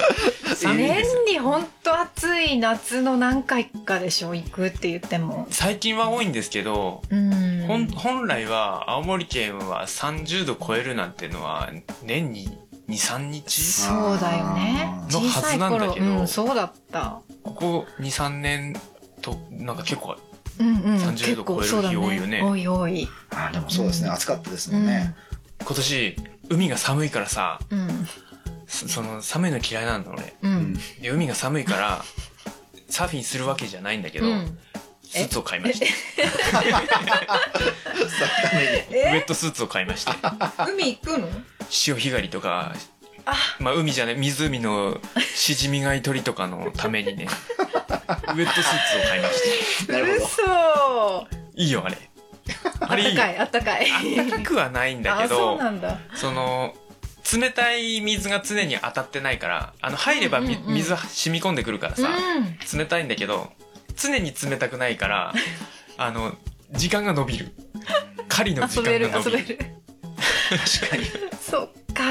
Speaker 2: 寒いんですよ
Speaker 3: 年に本当暑い夏の何回かでしょ行くって言っても
Speaker 2: 最近は多いんですけど、
Speaker 3: うん
Speaker 2: 本本来は青森県は30度超えるなんてのは年に23日
Speaker 3: そうだよね
Speaker 4: あ
Speaker 2: ー
Speaker 3: 小さい
Speaker 2: のはずなん
Speaker 3: 頃
Speaker 2: だけど
Speaker 3: うんそうだった
Speaker 2: ここ23年となんか結構
Speaker 3: うんうん
Speaker 2: 30度超える日多いよ
Speaker 3: 結
Speaker 2: ね
Speaker 3: 構そうだ多い多い
Speaker 4: あでもそうですね、暑かったです
Speaker 3: う
Speaker 4: もん
Speaker 3: ん
Speaker 4: ね。
Speaker 2: 今年海が寒いからさ
Speaker 3: うん
Speaker 2: そその寒いの嫌いなんだ俺
Speaker 3: う
Speaker 4: うん
Speaker 2: で海が寒いからサーフィンするわけじゃないんだけど、
Speaker 3: うん
Speaker 2: スーツを買いましたウェ
Speaker 3: え
Speaker 2: ットスーツを買いました
Speaker 3: 海行くの
Speaker 2: 潮干狩りとか
Speaker 3: あ
Speaker 2: まあ海じゃない湖のシジミがい取りとかのため にねウェットスーツを買いました
Speaker 4: なるほ
Speaker 3: 嘘
Speaker 2: いいよあれあ
Speaker 3: あっ
Speaker 2: れい
Speaker 3: た
Speaker 2: い
Speaker 3: かい
Speaker 2: よ
Speaker 3: あったかい
Speaker 2: 暖かくはないんだけ
Speaker 3: あそう
Speaker 2: ど
Speaker 3: なんだ
Speaker 2: その冷たい水が常に当たってないからあの入ればみ、
Speaker 3: うんうんうん
Speaker 2: 水は染み込んでくるから
Speaker 3: う
Speaker 2: さ、
Speaker 3: ん
Speaker 2: 冷たいんだけど常に冷たくないから あの時間が伸びる狩りの時
Speaker 3: 遊べ
Speaker 2: 間
Speaker 3: る
Speaker 2: が伸
Speaker 3: 遊
Speaker 2: び
Speaker 3: べ
Speaker 2: る
Speaker 3: る
Speaker 4: ど。確かに。
Speaker 3: そっか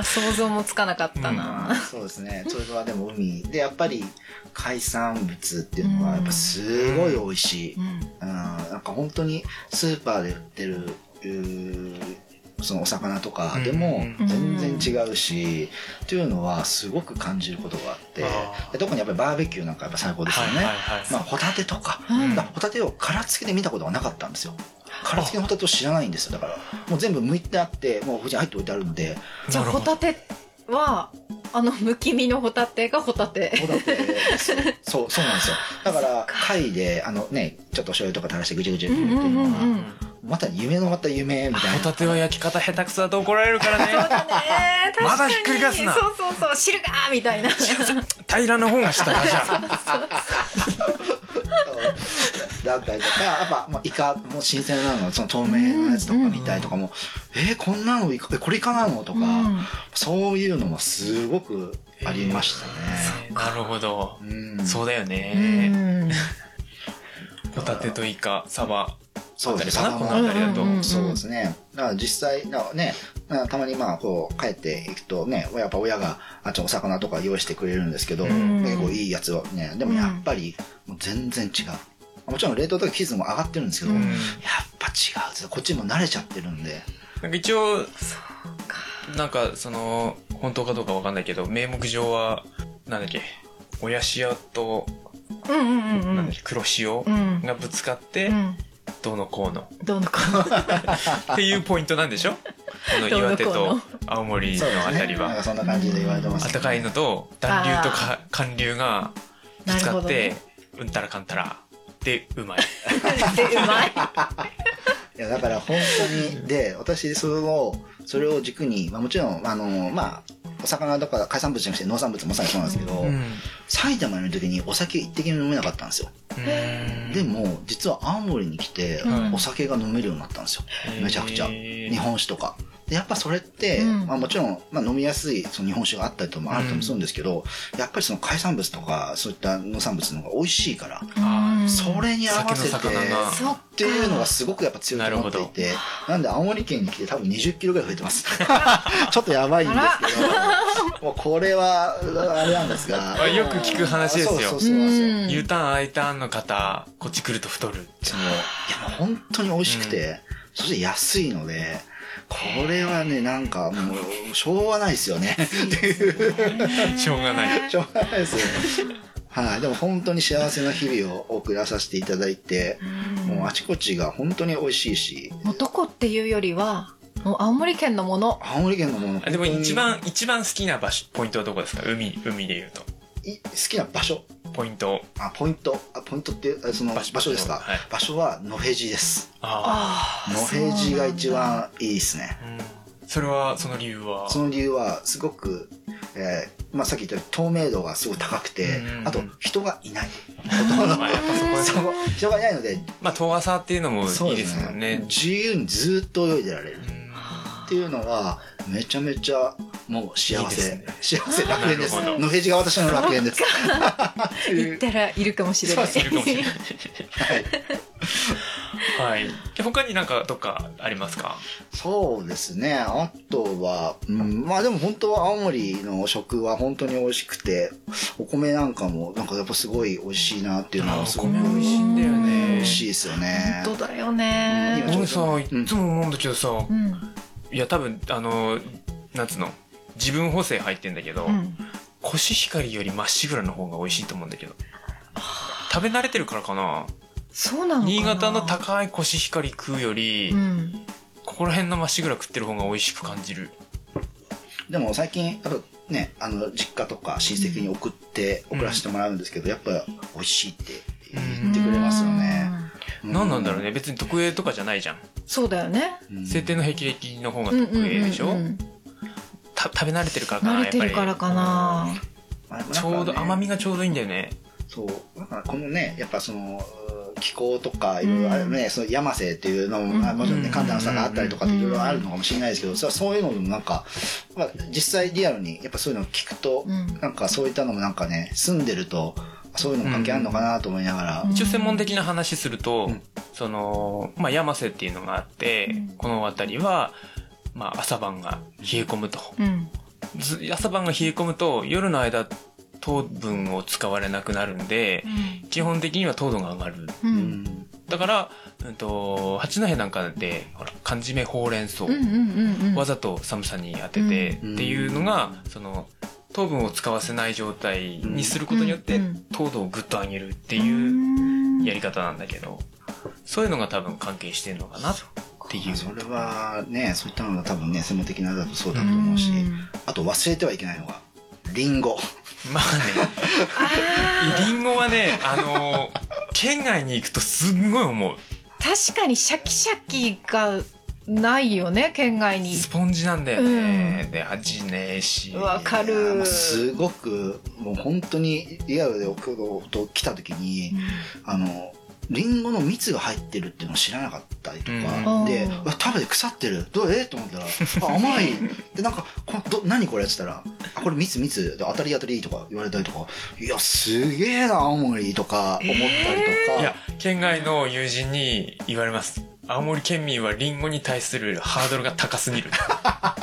Speaker 3: ー想像もつかなかったな、
Speaker 4: そうですね。それはでも海。で、やっぱり海産物っていうのはやっぱすごい美味しい。
Speaker 3: うん
Speaker 4: うん、なんか本当にスーパーで売ってるうーそのお魚とかでも
Speaker 2: うん
Speaker 4: 全然違うし、っていうのはすごく感じることがあって
Speaker 2: あー
Speaker 4: で特にやっぱりバーベキューなんかやっぱ最高ですよね、
Speaker 2: はいはいはい
Speaker 4: まあ、ホタテとか,、
Speaker 3: うん
Speaker 4: だからホタテを殻付きで見たことがなかったんですよ殻付きのホタテを知らないんですよだからもう全部剥いてあってもうこっちに入って置いてあるんで
Speaker 3: じゃあ
Speaker 2: なるほ
Speaker 3: ホ
Speaker 2: ど
Speaker 3: タテはあのむき身のホタテがホタテ
Speaker 4: ホタテですそうそうなんですよだから貝であのねちょっとお醤油とか垂らしてぐちゃぐちゃ入れるっていうのは、
Speaker 3: うんうんうんうん
Speaker 4: また夢のまた夢みたい
Speaker 2: ホ
Speaker 4: な
Speaker 2: タテは焼き方下手くそだと怒られるから
Speaker 3: そう
Speaker 2: ね
Speaker 3: だね確かに
Speaker 2: まだひっくり返すな
Speaker 3: そうそうそう汁がーみたいな
Speaker 2: 平らな方が下だじゃん
Speaker 4: だったりとか、やっぱ、まあ、イカも新鮮なの、その透明のやつとか見たりとかも、えーこんなのイカ、えこれイカなのとか、
Speaker 3: うん
Speaker 4: そういうのもすごくありましたね。
Speaker 2: なるほど
Speaker 4: うん、
Speaker 2: そうだよ
Speaker 3: う
Speaker 2: ね
Speaker 3: ん
Speaker 2: ホタテとイカサバ
Speaker 4: そうです
Speaker 2: あたりかなこの
Speaker 3: 辺りだと
Speaker 4: うんうんうんそうですね。だから実際、だからね、まあたまにまあ、こう、帰っていくとね、やっぱ親が、あちょっとお魚とか用意してくれるんですけど、
Speaker 3: ん
Speaker 4: 結構いいやつをね、でもやっぱり、もう全然違う。もちろん冷凍とか傷も上がってるんですけど、
Speaker 3: うん
Speaker 4: やっぱ違うです。こっちも慣れちゃってるんで。
Speaker 2: なんか一応なんかその本当かどうかわかんないけど名目上はなんだっけ親潮と
Speaker 3: うんうんうんう
Speaker 2: なんだ
Speaker 3: ん
Speaker 2: っけ黒潮
Speaker 3: うん
Speaker 2: がぶつかって
Speaker 3: うん
Speaker 2: どうのこうの
Speaker 3: どうのこうの
Speaker 2: っていうポイントなんで しょこの
Speaker 3: どう
Speaker 2: 岩
Speaker 3: のこ
Speaker 2: 手
Speaker 3: うの
Speaker 2: と青森のあたり
Speaker 4: なんか
Speaker 2: は
Speaker 4: そんな感じで言われてます
Speaker 2: 暖
Speaker 4: けど
Speaker 2: かいのと暖流とか寒流がぶつかっ
Speaker 3: なる
Speaker 2: て
Speaker 3: ほ
Speaker 2: うんたらかんたらでうまい
Speaker 3: でうまい
Speaker 4: いやだから本当にで私それをそれを軸に、まあ、もちろんあのまあお魚とか海産物じゃなくて農産物もさにそうなんですけど、
Speaker 2: うん
Speaker 4: 埼玉にいる時にお酒一滴も飲めなかったんですよ。
Speaker 2: うん
Speaker 4: でも、実は青森に来て
Speaker 3: う、ん
Speaker 4: お酒が飲めるようになったんですよ。めちゃくちゃ日本酒とか。でやっぱそれって、
Speaker 3: うん
Speaker 4: まあ、もちろん、まあ、飲みやすいその日本酒があったりともあるともするんですけど、やっぱりその海産物とかそういった農産物の方が美味しいから、
Speaker 2: あー
Speaker 3: うん
Speaker 4: それに合わせてっ
Speaker 2: 酒の魚が
Speaker 3: そっか
Speaker 4: ていうのがすごくやっぱ強いと思っていてなんで青森県に来て多分2 0キロぐらい増えてます ちょっとやばいんですけどもうこれはあれなんですが
Speaker 2: あよく聞く話ですよ
Speaker 4: そうそうそうなんですよ
Speaker 3: うん
Speaker 2: U ターン I ターンの方こっち来ると太る
Speaker 4: そのいやもう本当に美味しくて、そして安いのでこれはねなんかもうしょうがないですよね
Speaker 2: しょうがない
Speaker 4: しょうがないですよねはい、でも本当に幸せな日々を送らさせていただいて、もうあちこちが本当に美味しいし
Speaker 3: もうどこっていうよりはもう青森県のもの
Speaker 4: 青森県のもの
Speaker 2: あでも一番一番好きな場所ポイントはどこですか海海で言うと
Speaker 4: い好きな場所
Speaker 2: ポイント
Speaker 4: あポイントあポイントってあその
Speaker 2: 場
Speaker 4: 場
Speaker 2: 所
Speaker 4: 所ですか、
Speaker 2: はい
Speaker 4: 場所は野辺地です
Speaker 2: あ
Speaker 3: あ
Speaker 4: 野辺地が一番いいですね
Speaker 2: あうんそれはその理由は
Speaker 4: その理由はすごく、えーまあ、さっき言ったように透明度がすごく高くて
Speaker 2: うん
Speaker 4: あと人がいない
Speaker 2: まあやっぱそこです
Speaker 4: そこ人がいないので
Speaker 2: まあ遠浅っていうのもいいですもんね
Speaker 4: 自由にずっと泳いでられる
Speaker 2: うん
Speaker 4: っていうのがめちゃめちゃもう幸
Speaker 2: いいで
Speaker 4: せ
Speaker 2: すね
Speaker 4: 幸せ楽園です
Speaker 2: なるほど
Speaker 4: 野辺地が私の楽園です
Speaker 3: 行ったらいるかもしれない
Speaker 2: いるかもしれない
Speaker 4: はい
Speaker 2: はいで他になんかどっかありますか
Speaker 4: そうですね。あとは、うん、まあでも本当は青森の食は本当に美味しくて、お米なんかもなんかやっぱすごい美味しいなっていうの
Speaker 2: あ
Speaker 4: は
Speaker 2: ー
Speaker 4: す
Speaker 2: お
Speaker 4: ごく
Speaker 2: 米美味しいんだよ
Speaker 4: 美
Speaker 2: ね
Speaker 4: 味しいですよね。
Speaker 3: 本当だよね
Speaker 4: うん
Speaker 2: 俺さいっ
Speaker 4: うん
Speaker 2: つも思うんだけどさ
Speaker 3: うん
Speaker 2: いや多分あのなんつうの自分補正入ってんだけど、
Speaker 3: うん
Speaker 2: コシヒカリよりまっしぐらの方が美味しいと思うんだけど食べ慣れてるからかな
Speaker 3: そうなのかな
Speaker 2: 新潟の高いコシヒカリ食うより、
Speaker 3: うん
Speaker 2: ここら辺のまっしぐら食ってる方が美味しく感じる
Speaker 4: でも最近、やっぱね、あの、実家とか親戚に送って、
Speaker 2: うん
Speaker 4: 送らせてもらうんですけど、やっぱ美味しいって言ってくれますよね。う
Speaker 2: 何なんだろうね。別に特営とかじゃないじゃん
Speaker 3: そうだよね
Speaker 4: うん
Speaker 2: 晴天の霹靂の方が
Speaker 3: うんうん
Speaker 2: 特
Speaker 3: うんう
Speaker 2: 営
Speaker 3: ん
Speaker 2: でしょ、た食べ慣れてるからかな
Speaker 3: 慣れてるからか
Speaker 2: や
Speaker 3: な
Speaker 2: っぱ
Speaker 4: まあで
Speaker 2: り
Speaker 4: もな
Speaker 2: ち
Speaker 4: んかね
Speaker 2: ょうど甘みがちょうどいいんだよね
Speaker 4: そうだからこのねやっぱそのうん気候とかいろいろあるね、その山瀬っていうのも、まあ
Speaker 3: うん
Speaker 4: もちろんね寒暖差があったりとかっていろいろあるのかもしれないですけど、それはそういうのでもなんか、まあ、実際リアルにやっぱそういうのを聞くと、
Speaker 3: うん
Speaker 4: なんかそういったのもなんかね住んでるとそういうのも関係あるのかなと思いながら、
Speaker 3: うん
Speaker 2: 一応専門的な話すると、
Speaker 4: うん
Speaker 2: その、まあ、山瀬っていうのがあって、
Speaker 3: うん
Speaker 2: この辺りは、まあ、朝晩が冷え込むと、
Speaker 3: うん
Speaker 2: ず朝晩が冷え込むと夜の間糖分を使われなくなるんで基本的には糖度が上がる
Speaker 3: う
Speaker 4: うんん
Speaker 2: だから、うん、と八戸なんかでほら缶詰ほうれん草、
Speaker 3: うんうんうんうん
Speaker 2: わざと寒さに当ててっ
Speaker 4: うん
Speaker 2: ていうのが、その糖分を使わせない状態にすることによって、
Speaker 3: うんうん
Speaker 2: 糖度をぐっと上げるって
Speaker 3: う
Speaker 2: いうんやり方なんだけどそういうのが多分関係してるのかなっていう
Speaker 4: それはねそういったのが多分ね専門的なのだとそうだと思うし、
Speaker 3: うん
Speaker 4: あと忘れてはいけないのがリンゴ
Speaker 2: まあねりんごはねあの県外に行くとすんごい思う
Speaker 3: 確かにシャキシャキがないよね県外に
Speaker 2: スポンジなんだよね、で味ねえし
Speaker 3: わか
Speaker 4: いや
Speaker 3: る
Speaker 4: もうすごくもう本当にリアルで送ろうと来た時に、あのリンゴの蜜が入ってるっていうのを知らなかったりとか、
Speaker 3: うん
Speaker 4: で
Speaker 3: うん
Speaker 4: うわ食べて腐ってるどうえーと思っ たら「あ甘い」でなんかこど「何これ」っつったら「あこれ蜜蜜で当たり当たり」とか言われたりとか「いやすげえな青森」とか思ったりとか、
Speaker 2: いや県外の友人に言われます青森県民はリンゴに対するハードルが高すぎる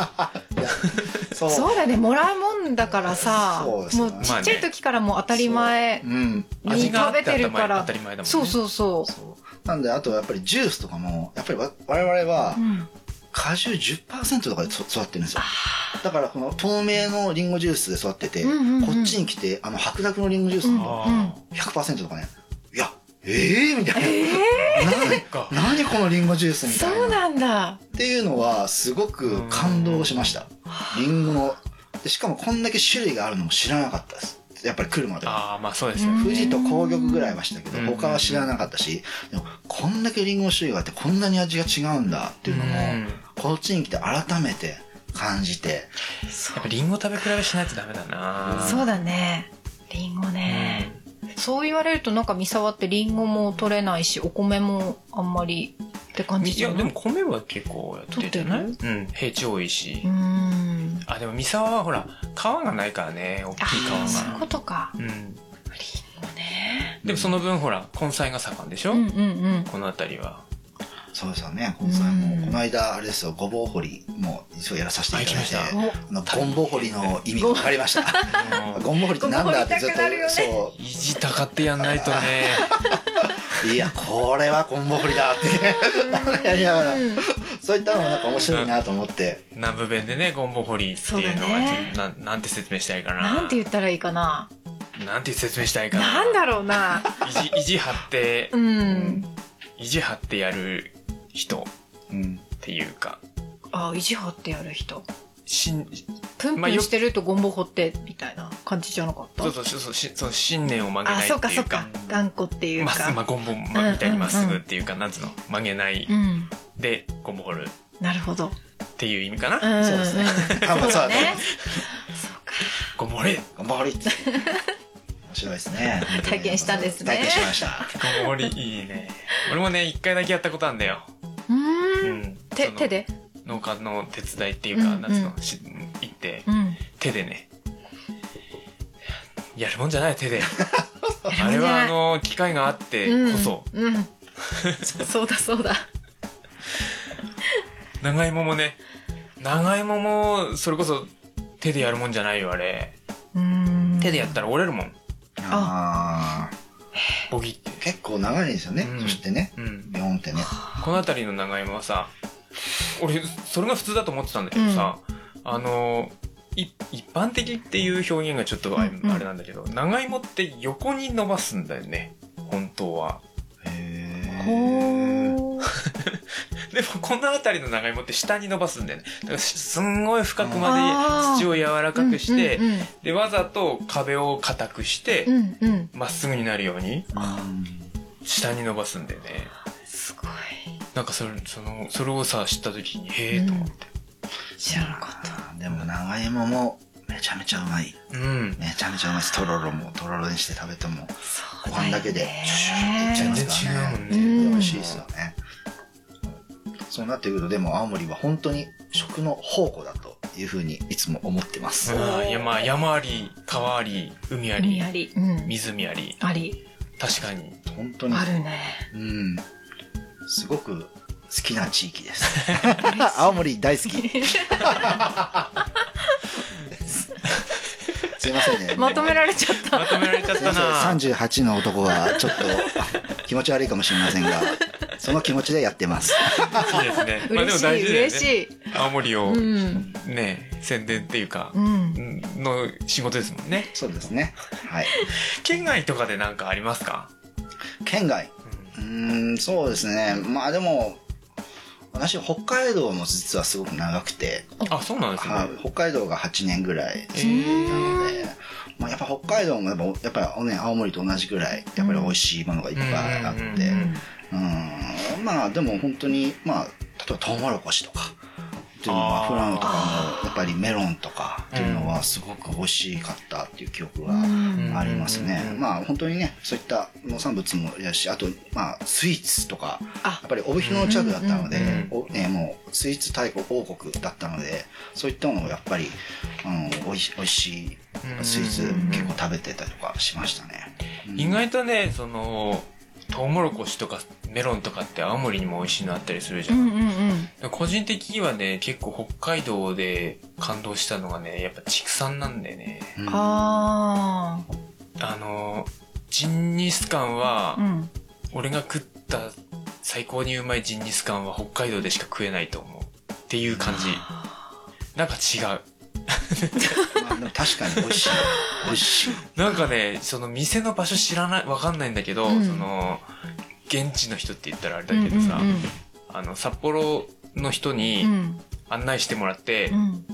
Speaker 4: そう
Speaker 3: そうだねもらうもんだからさ
Speaker 4: そうですね
Speaker 3: もうちっちゃい時からもう当たり前
Speaker 4: うん
Speaker 3: に
Speaker 2: 味があ
Speaker 3: 食
Speaker 2: って
Speaker 3: べて
Speaker 2: 当たり
Speaker 3: るか
Speaker 2: 前当
Speaker 3: ら
Speaker 2: たり前だもんね
Speaker 3: そうそうそ
Speaker 4: そうなんであとはやっぱりジュースとかもやっぱりわ我々は
Speaker 3: う、うん
Speaker 4: 果汁10%とかでそ育ってるんですよだからこの透明のリンゴジュースで育ってて、
Speaker 3: うんうんうん
Speaker 4: こっちに来てあの白濁のリンゴジュースの
Speaker 2: あ
Speaker 4: 100%とかねいやええみたいな、
Speaker 2: ーか
Speaker 4: 何何このリンゴジュースみたいな
Speaker 3: そうなんだ
Speaker 4: っていうのはすごく感動しましたリンゴのでしかもこんだけ種類があるのも知らなかったですやっぱり来るまで
Speaker 2: あーまあそうですよ
Speaker 3: うん
Speaker 2: ね
Speaker 4: 富士と紅玉ぐらいはしたけど
Speaker 2: うん
Speaker 4: 他は知らなかったしでもこんだけリンゴの種類があってこんなに味が違うんだっていうのも
Speaker 2: うん
Speaker 4: こっちに来て改めて感じて
Speaker 2: やっぱリンゴ食べ比べしないとダメだな
Speaker 3: そうだね
Speaker 4: い
Speaker 3: リンゴね。そう言われるとなんか三沢ってリンゴも取れないしお米もあんまりって感じ
Speaker 2: い
Speaker 3: じゃ
Speaker 2: や
Speaker 3: ない
Speaker 2: でも米は結構やっててね
Speaker 3: 取
Speaker 2: うん平地多いし、
Speaker 3: うーん
Speaker 2: あでも三沢はほら川がないからね大きい
Speaker 3: あーそうい
Speaker 2: 川
Speaker 3: う
Speaker 2: が
Speaker 3: ことか
Speaker 2: うん
Speaker 3: リンゴね
Speaker 2: でもその分ほら根菜が盛んでしょ、
Speaker 3: うんうんうん
Speaker 2: この辺りは
Speaker 4: そうですよね。本当にもうこの間あれですよ、ごぼう掘りも一応やらさせていただいて、
Speaker 2: あ行き
Speaker 4: あのゴンボ掘りの意味が分かりました。
Speaker 2: あの
Speaker 4: ゴンボ掘りってなんだってずっ
Speaker 3: ゴンボ掘りたくなるよね
Speaker 4: と、そ
Speaker 2: 意地たかってやんないと ね
Speaker 4: ういやこれはゴンボ掘りだってやりながら、
Speaker 3: うん
Speaker 4: そういったのもなんか面白いなと思って。
Speaker 2: 南部弁でねゴンボ掘りっていうの
Speaker 3: そうだ
Speaker 2: は
Speaker 3: ね
Speaker 2: ななんて説明したらいいかな
Speaker 3: なんて言ったらいいかな
Speaker 2: なんて説明したらいいかな
Speaker 3: なんだろうな
Speaker 2: 意地意地張って
Speaker 3: うん
Speaker 2: 意地張ってやる人っ
Speaker 4: うん。
Speaker 2: ていうか
Speaker 3: あ意地張ってやる人
Speaker 2: しん
Speaker 3: プン
Speaker 2: ま
Speaker 3: プ
Speaker 2: あ
Speaker 3: ン
Speaker 2: よ
Speaker 3: してるとゴンボ掘ってみたいな感じじゃなかった
Speaker 2: そうそうそうそうしその信念を曲げ
Speaker 3: あ
Speaker 2: ないって
Speaker 3: そ
Speaker 2: いううか
Speaker 3: かそうか頑固っていう
Speaker 2: まっす
Speaker 3: か、
Speaker 2: ぐ、まあ、ゴンボまみたいにまっすぐっていうか、なんつうの曲げない
Speaker 3: うん
Speaker 2: でゴンボ掘る
Speaker 3: なるほど、
Speaker 2: っていう意味かな、
Speaker 3: うん、
Speaker 4: そうですね
Speaker 3: うん
Speaker 4: 多 分そうだと思い
Speaker 3: ね
Speaker 4: ます。
Speaker 2: ゴンボ掘れゴ
Speaker 4: ゴンボ掘りって。面白いですね。
Speaker 3: 体験したんですね
Speaker 4: 体験しました。
Speaker 2: ンボ掘りいいね俺もね一回だけやったことあるんだよ、
Speaker 3: う
Speaker 2: う
Speaker 3: ーん
Speaker 2: ん、
Speaker 3: 手
Speaker 2: その
Speaker 3: 手で
Speaker 2: 農家の手伝いっていうか、
Speaker 3: うんうん
Speaker 2: なんつうのし行って
Speaker 3: うん
Speaker 2: 手でねやるもんじゃない手で
Speaker 3: やるも
Speaker 2: あ
Speaker 3: んじゃない
Speaker 2: れはあの機会があってこそ、
Speaker 3: うん、うん、そうだそうだ
Speaker 2: 長芋もね長芋もそれこそ手でやるもんじゃないよあれ
Speaker 3: うん
Speaker 2: 手でやったら折れるもん
Speaker 4: ああ
Speaker 2: ボギって
Speaker 4: ー、結構長いですよね。
Speaker 2: うん
Speaker 4: そしてね、
Speaker 2: うん
Speaker 4: ビヨンってね。
Speaker 2: この辺りの長芋はさ俺それが普通だと思ってたんだけどさ、あのい一般的っていう表現がちょっとあ
Speaker 3: うんうん
Speaker 2: あれなんだけど、長芋って横に伸ばすんだよね本当は
Speaker 4: へー
Speaker 3: ほー
Speaker 2: でもこの辺りの長芋って下に伸ばすんだよねだからしすんごい深く
Speaker 3: あ
Speaker 2: ま
Speaker 3: ー
Speaker 2: で土を柔らかくして、
Speaker 3: うん
Speaker 2: でわざと壁を硬くして、
Speaker 3: うんうん、うんうん、
Speaker 2: まっすぐになるように
Speaker 4: うん
Speaker 2: 下に伸ばすんだよね
Speaker 3: すごい
Speaker 2: なんかそれそのそれをさ知った時にへえと思って
Speaker 3: 知らなかった
Speaker 4: あーでも長芋もめちゃめちゃうまい
Speaker 2: うん、
Speaker 4: めちゃめちゃうまいですとろろもとろろにして食べても
Speaker 3: そう
Speaker 4: ご
Speaker 3: だよ
Speaker 4: 飯
Speaker 3: ね
Speaker 4: だけでシュシュシュっていっちゃいますからね
Speaker 2: 全然違う
Speaker 3: もんね
Speaker 4: 美味しいですよねそうなってくるとでも青森は本当に食の宝庫だというふうにいつも思ってます、
Speaker 2: うんいやまあ山あり川あり海あり
Speaker 3: 海あり、うん、
Speaker 2: 湖あり
Speaker 3: あり
Speaker 2: 確 かに
Speaker 4: 本当に
Speaker 3: あるね
Speaker 4: うんすごく好きな地域です青森大好き すいませんね
Speaker 3: まとめられちゃっ
Speaker 2: まとめられちゃっ
Speaker 4: すいま
Speaker 2: た
Speaker 4: せん
Speaker 2: な
Speaker 4: 38の男はちょっと気持ち悪いかもしれませんがその気持ちでやったます
Speaker 2: いいですね
Speaker 3: た
Speaker 2: まあで
Speaker 3: 嬉
Speaker 2: も
Speaker 3: しい、
Speaker 2: 大事だよ
Speaker 3: 嬉
Speaker 2: ね
Speaker 3: しい
Speaker 2: 青森を
Speaker 3: うん
Speaker 2: ね宣伝っていうか
Speaker 3: う、ん
Speaker 2: の仕事ですもんね
Speaker 4: そうですねはい
Speaker 2: 県外とかでなんかありますか、
Speaker 4: 県外うーんそうですねまあでも私北海道も実はすごく長くて、
Speaker 2: あそうなんですね、
Speaker 4: はい北海道が8年ぐらい
Speaker 2: えー
Speaker 4: なので、まあ、やっぱ北海道もやっぱやっぱ、ね、青森と同じぐらいやっぱり美味しいものがいっぱいあって
Speaker 2: うん
Speaker 4: うんまあでも本当にまあ例えばトウモロコシとかっていうの
Speaker 2: あ
Speaker 4: は
Speaker 2: ー
Speaker 4: フランとかもやっぱりメロンとかっていうのはすごく美味しかったっていう記憶が
Speaker 3: うん
Speaker 4: ありますね、
Speaker 2: うん
Speaker 4: まあ本当にねそういった農産物もやしあとまあスイーツとか
Speaker 3: あ
Speaker 4: やっぱり帯広の近くだったので、
Speaker 2: うん
Speaker 4: おね、もうスイーツ大国王国だったのでそういったものをやっぱりあのおいしおいしいスイーツ結構食べてたりとかしましたね、うん
Speaker 2: 意外とねそのトウモロコシとかメロンとかって青森にも美味しいのあったりするじ
Speaker 3: う
Speaker 2: ゃん、
Speaker 3: んうんうん
Speaker 2: 個人的にはね結構北海道で感動したのがねやっぱ畜産なんだよね
Speaker 4: うん
Speaker 3: あ
Speaker 2: あのジンギスカンは
Speaker 3: あ、うん、
Speaker 2: 俺が食った最高にうまいジンギスカンは北海道でしか食えないと思うっていう感じなんか違う
Speaker 4: まあ、でも確かに美味しい美 味しい
Speaker 2: なんかねその店の場所知らないわかんないんだけど、
Speaker 3: うん
Speaker 2: その現地の人って言ったらあれだけどさ、
Speaker 3: うん
Speaker 2: あの札幌の人
Speaker 3: うんう
Speaker 2: に
Speaker 3: ん
Speaker 2: 案内してもらって、
Speaker 3: うん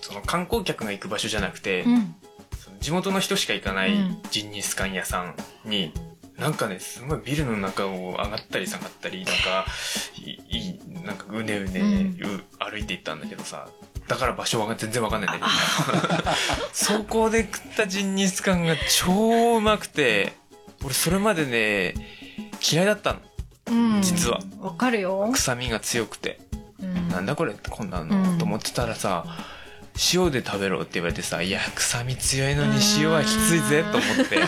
Speaker 2: その観光客が行く場所じゃなくて、
Speaker 3: うん
Speaker 2: その地元の人しか行かない
Speaker 3: うん
Speaker 2: ジンギスカン屋さんに、なんかねすごいビルの中を上がったり下がったりなんかいいなんかうねうね、
Speaker 3: うん
Speaker 2: う歩いていったんだけどさだから場所は全然わかんないんだけど そこで食ったジンギスカンが超うまくて俺それまでね嫌いだったの
Speaker 3: うん
Speaker 2: 実は
Speaker 3: わかるよ、
Speaker 2: 臭みが強くて
Speaker 3: うん
Speaker 2: なんだこれこんな
Speaker 3: うん
Speaker 2: のと思ってたらさ塩で食べろって言われてさいや臭み強いのに塩はきついぜと思って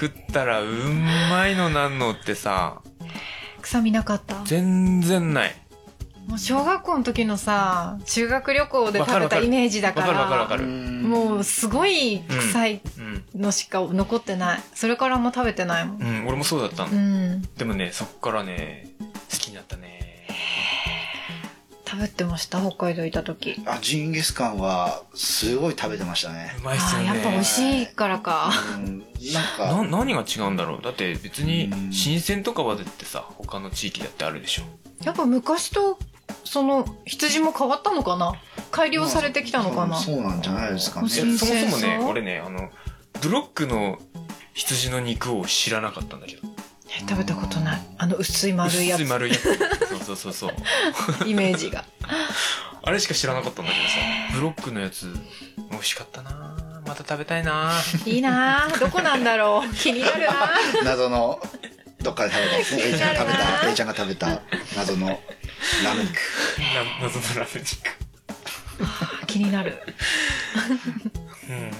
Speaker 2: 食ったらうんまいのなんのってさ
Speaker 3: 臭みなかった
Speaker 2: 全然ない
Speaker 3: もう小学校の時のさ修学旅行で食べ
Speaker 2: わかるわか
Speaker 3: た
Speaker 2: る
Speaker 3: イメージだ
Speaker 2: わ
Speaker 3: か
Speaker 2: からるわかるわかる
Speaker 4: も
Speaker 3: もうすごい臭い
Speaker 2: うん、
Speaker 3: のしか残ってないそれからあんま食べてないもん
Speaker 2: うん、俺もそうだったの
Speaker 3: うん
Speaker 2: でもねそっからね好きになったね
Speaker 3: 食べてました北海道いた時
Speaker 4: あジンギスカンはすごい食べてましたね
Speaker 2: うま
Speaker 3: あ
Speaker 2: いっすよ
Speaker 3: ーやっぱ美味
Speaker 2: ね
Speaker 3: しいからか
Speaker 4: うんなん
Speaker 2: な
Speaker 4: か
Speaker 2: 何が違うんだろうだって別に
Speaker 4: うん
Speaker 2: 新鮮とかはだってさ他の地域だってあるでしょ
Speaker 3: やっぱ昔とその羊も変わったのかな改良されてきたのかな
Speaker 4: そうそうなんじゃないですか
Speaker 3: も
Speaker 4: ね
Speaker 2: い
Speaker 3: し新
Speaker 2: やそも
Speaker 3: 鮮
Speaker 2: そも
Speaker 3: そう
Speaker 2: ね俺ねあのブロックの羊の肉を知らなかったんだけど
Speaker 3: え食べたことないあの薄い丸いや
Speaker 2: 薄
Speaker 3: つ
Speaker 2: い丸いやつそうそうそうそう
Speaker 3: イメージが
Speaker 2: あれしか知らなかったんだけどさブロックのやつ美味しかったなまた食べたいない
Speaker 3: いなあどこなんだろう気になるなあ
Speaker 4: 謎のどっかで食べたんですね A ちゃんが食べ
Speaker 3: なる
Speaker 4: た
Speaker 3: な
Speaker 4: A ちゃんが食べた謎のラム肉
Speaker 2: な謎のラム肉
Speaker 3: 気になる
Speaker 2: うん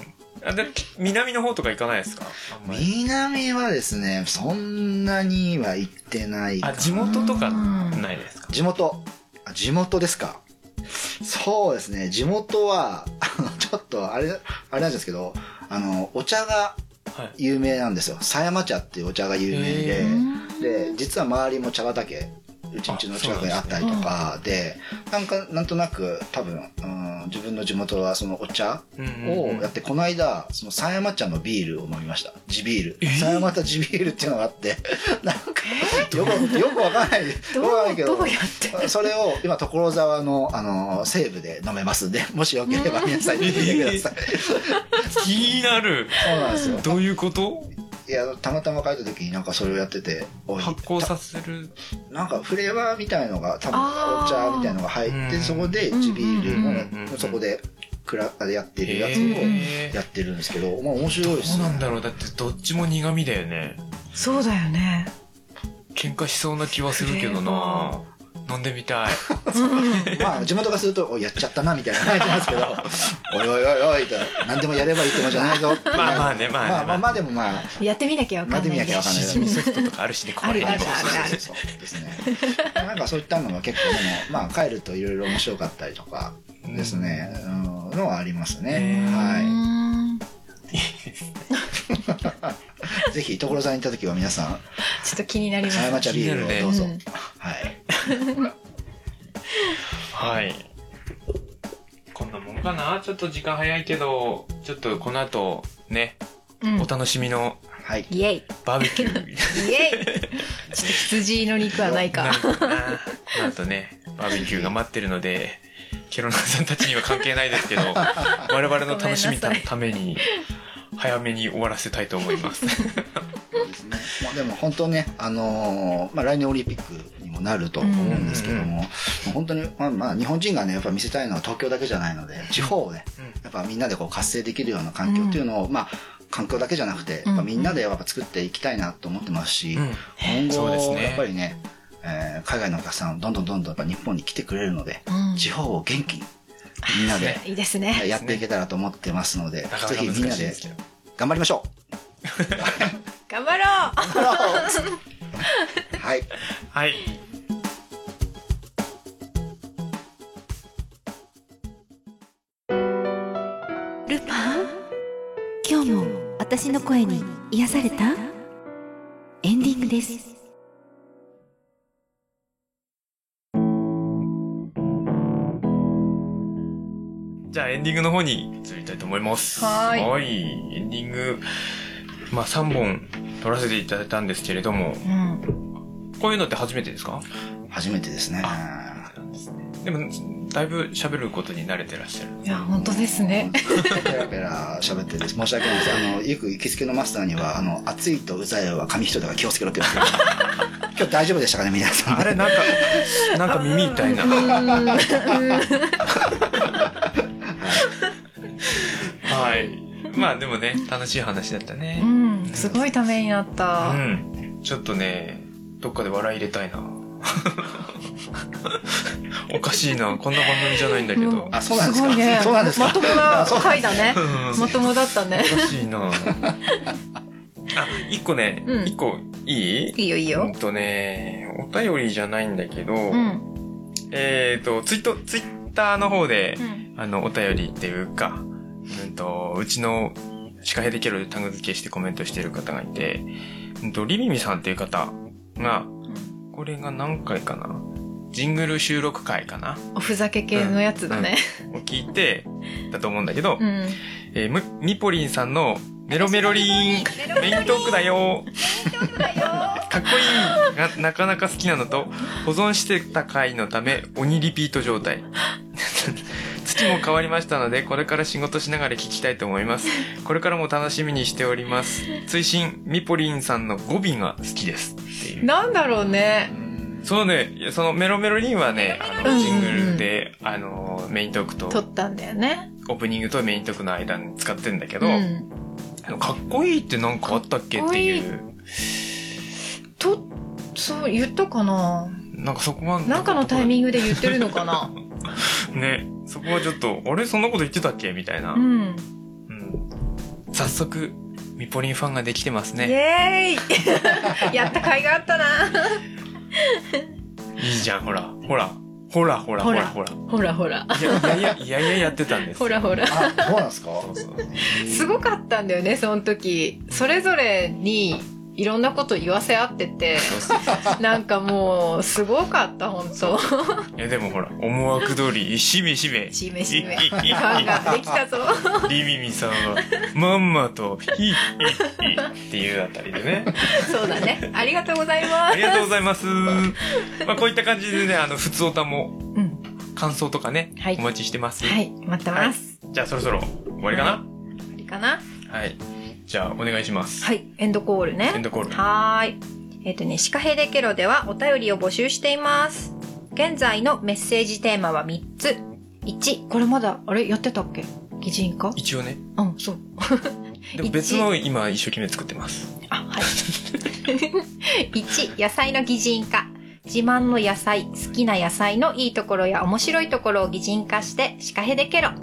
Speaker 2: あで南の方とか行かないですかあんまり
Speaker 4: 南はですねそんなには行ってない
Speaker 2: あ地元とかないですか
Speaker 4: 地元あ地元ですかそうですね地元は あのちょっとあれあれなんですけどあのお茶が
Speaker 2: はい
Speaker 4: 有名なんですよ狭山茶っていうお茶が有名
Speaker 2: へ
Speaker 4: で
Speaker 3: うん
Speaker 4: で実は周りも茶畑うちんちの近くにあったりとかでなんかなんとなく多分、うん、自分の地元はそのお茶
Speaker 2: うんうんうん
Speaker 4: をやって、この間その狭山茶のビールを飲みました地ビール
Speaker 2: えー
Speaker 4: 狭山茶地ビールっていうのがあって なんかよくよくわかんないよくわかんないけ
Speaker 3: どうどうやって
Speaker 4: それを今所沢のあの西部で飲めますんでもしよければ皆さんに聞いてください
Speaker 2: 気になる
Speaker 4: そうなんですよ
Speaker 2: どういうこと
Speaker 4: いやたまたま書いた時になんかそれをやってておい
Speaker 2: 発酵させる
Speaker 4: なんかフレーバーみたいのが多分
Speaker 3: あ
Speaker 4: お
Speaker 3: ー
Speaker 4: 茶みたいのが入っ
Speaker 2: う
Speaker 4: て
Speaker 2: ん
Speaker 4: そこで地ビ
Speaker 3: うんうん
Speaker 2: うん
Speaker 4: ール
Speaker 2: うん
Speaker 4: をそこでクラでやってるやつを
Speaker 2: へー
Speaker 4: やってるんですけどまあ面白いです
Speaker 2: そう
Speaker 4: ね
Speaker 2: なんだろうだってどっちも苦味だよね
Speaker 3: そうだよね
Speaker 2: 喧嘩しそうな気はするけ
Speaker 3: フレ
Speaker 2: ど
Speaker 3: ーバ
Speaker 2: な飲んでみたい
Speaker 4: まあ地元がするとおいやっちゃったなみたいな感じなんですけ どおいおいおいおいと何でもやればいいってもんじゃないぞ
Speaker 2: まあまあねまあね
Speaker 4: まあまあまあでもまあ
Speaker 3: やってみなきゃわかん
Speaker 4: ま
Speaker 3: な
Speaker 4: あ
Speaker 3: い
Speaker 4: でもやきゃわかんない
Speaker 2: シジミソフトとかあるしねこれ
Speaker 3: あるあるある
Speaker 4: そうそうそうですね。なんかそういったのが結構でも、まあ帰るといろいろ面白かったりとかですね、うん、のはありますね。は
Speaker 3: うん
Speaker 4: い。ぜひ所沢に行った時は皆さん、
Speaker 3: ちょっと気になります
Speaker 4: 狭山茶ビールをどうぞ。
Speaker 3: 気になるね
Speaker 4: はい。
Speaker 2: はいこんなもんかなちょっと時間早いけどちょっとこの後ね
Speaker 3: うん
Speaker 2: お楽しみの
Speaker 4: はい。
Speaker 3: イエイイエイ
Speaker 2: バーベキュー
Speaker 3: ちょっと羊の肉はないか
Speaker 2: なんかななんとねバーベキューが待ってるのでケロナさんたちには関係ない ですけど我々の楽しみたのために早めに終わらせたいと思います。
Speaker 4: そうですね。まあでも本当ね、あのーまあ来年オリンピックにもなると思うんですけども、
Speaker 2: うん
Speaker 4: もう本当に、まあまあ日本人がね、やっぱ見せたいのは東京だけじゃないので、地方をね、やっぱみんなでこう活性できるような環境っていうのを、まあ環境だけじゃなくて、やっぱみんなでやっぱ作っていきたいなと思ってますし、
Speaker 2: うん
Speaker 4: 今
Speaker 2: そうです
Speaker 4: 後、
Speaker 2: ね
Speaker 4: やっぱりね、えー海外のお客さん、どんどんどんどんやっぱ日本に来てくれるので、
Speaker 3: うん
Speaker 4: 地方を元気に、みんなで
Speaker 3: いいですね
Speaker 4: やっていけたらと思ってますので、
Speaker 2: なか
Speaker 4: ぜ
Speaker 2: なか
Speaker 4: ひ
Speaker 2: 難し
Speaker 4: み
Speaker 2: い
Speaker 4: んな
Speaker 2: で
Speaker 4: です
Speaker 2: けど。
Speaker 4: 頑張りましょ
Speaker 3: 頑張ろう
Speaker 4: うはい。
Speaker 2: はい。
Speaker 1: ルパン今日も私の声に癒されたエンディングです。
Speaker 2: じゃあエンディングの方に移りたいと思います。
Speaker 3: はーい
Speaker 2: いエンディング、まあ3本撮らせていただいたんですけれども、
Speaker 3: うん
Speaker 2: こういうのって初めてですか
Speaker 4: 初めてですね。
Speaker 2: でも、だいぶ喋ることに慣れてらっしゃる。
Speaker 3: いや本当ですね
Speaker 4: ペラペラ喋ってる申し訳ないです。あの、よく行きつけのマスターには、あの、暑いとうざいは紙一重だから気をつけろって言われ てる今日大丈夫でしたかね、 皆さん。
Speaker 2: あれなんか、なんか耳痛いな。
Speaker 3: うん
Speaker 2: はい。まあでもね、楽しい話だったね
Speaker 3: う。ん、すごいためになっ
Speaker 2: う
Speaker 3: た。
Speaker 2: ん。ちょっとね、どっかで笑い入 れたいな。おかしいな。こんな番組じゃないんだけど。
Speaker 3: う
Speaker 2: うんんお
Speaker 4: あそうなんですか
Speaker 3: ごいね。
Speaker 4: そうなんですか
Speaker 3: まともな回だね。ま
Speaker 2: か
Speaker 3: ともだったね。
Speaker 2: し いな。あ、一個ね
Speaker 3: う、ん
Speaker 2: 一個いい
Speaker 3: いいよいい
Speaker 2: うん
Speaker 3: よ。
Speaker 2: とね、お便りじゃないんだけど、
Speaker 3: うん。
Speaker 2: えっ、と、ツイット、ツイッターの方で、
Speaker 3: うん
Speaker 2: あの、お便りっていうか、うんと、うちの、シカヘデケロでタグ付けしてコメントしてる方がいて、うんと、リミミさんっていう方が、これが何回かなジングル収録回かな
Speaker 3: おふざけ系のやつだね。
Speaker 2: を聞いて、だと思うんだけど、
Speaker 3: うん。
Speaker 2: えーむミポリンさんのメロメロリーン、メイントークだよかっこいいがなかなか好きなのと、保存してた回のため、鬼リピート状態。 月も変わりましたので、これから仕事しながら聞きたいと思います。これからも楽しみにしております。追伸ミポリンさんの語尾が好きです。っていう。
Speaker 3: なんだろうね。
Speaker 2: そのね、いやそのメロメロリンはね、あ
Speaker 3: うん
Speaker 2: の、ジングルで、あの、メイントークと、
Speaker 3: 撮ったんだよね。
Speaker 2: オープニングとメイントークの間に使ってんだけ
Speaker 3: う
Speaker 2: ど、
Speaker 3: ん。
Speaker 2: かっこいいってなんかあったっけ
Speaker 3: か
Speaker 2: っ
Speaker 3: っこ
Speaker 2: て
Speaker 3: いい
Speaker 2: いう。
Speaker 3: と、そう言ったかな
Speaker 2: なんかそこは。
Speaker 3: なんかのタイミングで言ってるのか な
Speaker 2: ね。そこはちょっと、あれそんなこと言ってたっけみたいな。
Speaker 3: う
Speaker 2: うん
Speaker 3: ん。
Speaker 2: 早速、ミポリンファンができてます
Speaker 3: イ
Speaker 2: ね。
Speaker 3: エーイ やった甲斐があったな。
Speaker 2: いいじゃん、ほら。ほら。ほらほら
Speaker 3: ほ
Speaker 2: ほ
Speaker 3: ら
Speaker 2: らほら。
Speaker 3: ほらほら。
Speaker 2: いやいやいや、いやいややってたんです
Speaker 3: ほ
Speaker 2: よ。
Speaker 3: らほら。
Speaker 4: あそうなんですか
Speaker 2: そうそ う。
Speaker 3: すごかったんだよね、その時。それぞれにいろんなこと言わせ合ってて、
Speaker 2: そうそう
Speaker 3: なんかもう、すごかった、本当
Speaker 2: いやでもほら、思惑通り、しめしめ。
Speaker 3: しめしめ。
Speaker 2: いいいい
Speaker 3: ファンができ たぞ。
Speaker 2: リミミさんは、まんまと、ひ、ひ、ひっていうあたりで ね。
Speaker 3: そうだね。ありがとうございま
Speaker 2: あ
Speaker 3: す
Speaker 2: り。がとうございます。まあこういった感じでね、あの、普通歌も
Speaker 3: うん。
Speaker 2: 感想とかね、
Speaker 3: はい
Speaker 2: お待ちしてます。
Speaker 3: はい、待ってます。
Speaker 2: じゃあそろそろ終わりかな、
Speaker 3: いいかな
Speaker 2: はい、じゃあお願いします。
Speaker 3: はい、エンドコールね。
Speaker 2: エンドコール。
Speaker 3: はーい。えっ、とね、シカヘデケロではお便りを募集しています。現在のメッセージテーマは3つ。1、これまだ、あれやってたっけ擬人化
Speaker 2: 一応ね。
Speaker 3: うん、そう。
Speaker 2: でも別の今一生懸命作ってます。
Speaker 3: あ、はい。1、野菜の擬人化。自慢の野菜、好きな野菜のいいところや面白いところを擬人化して、シカヘデケロ。は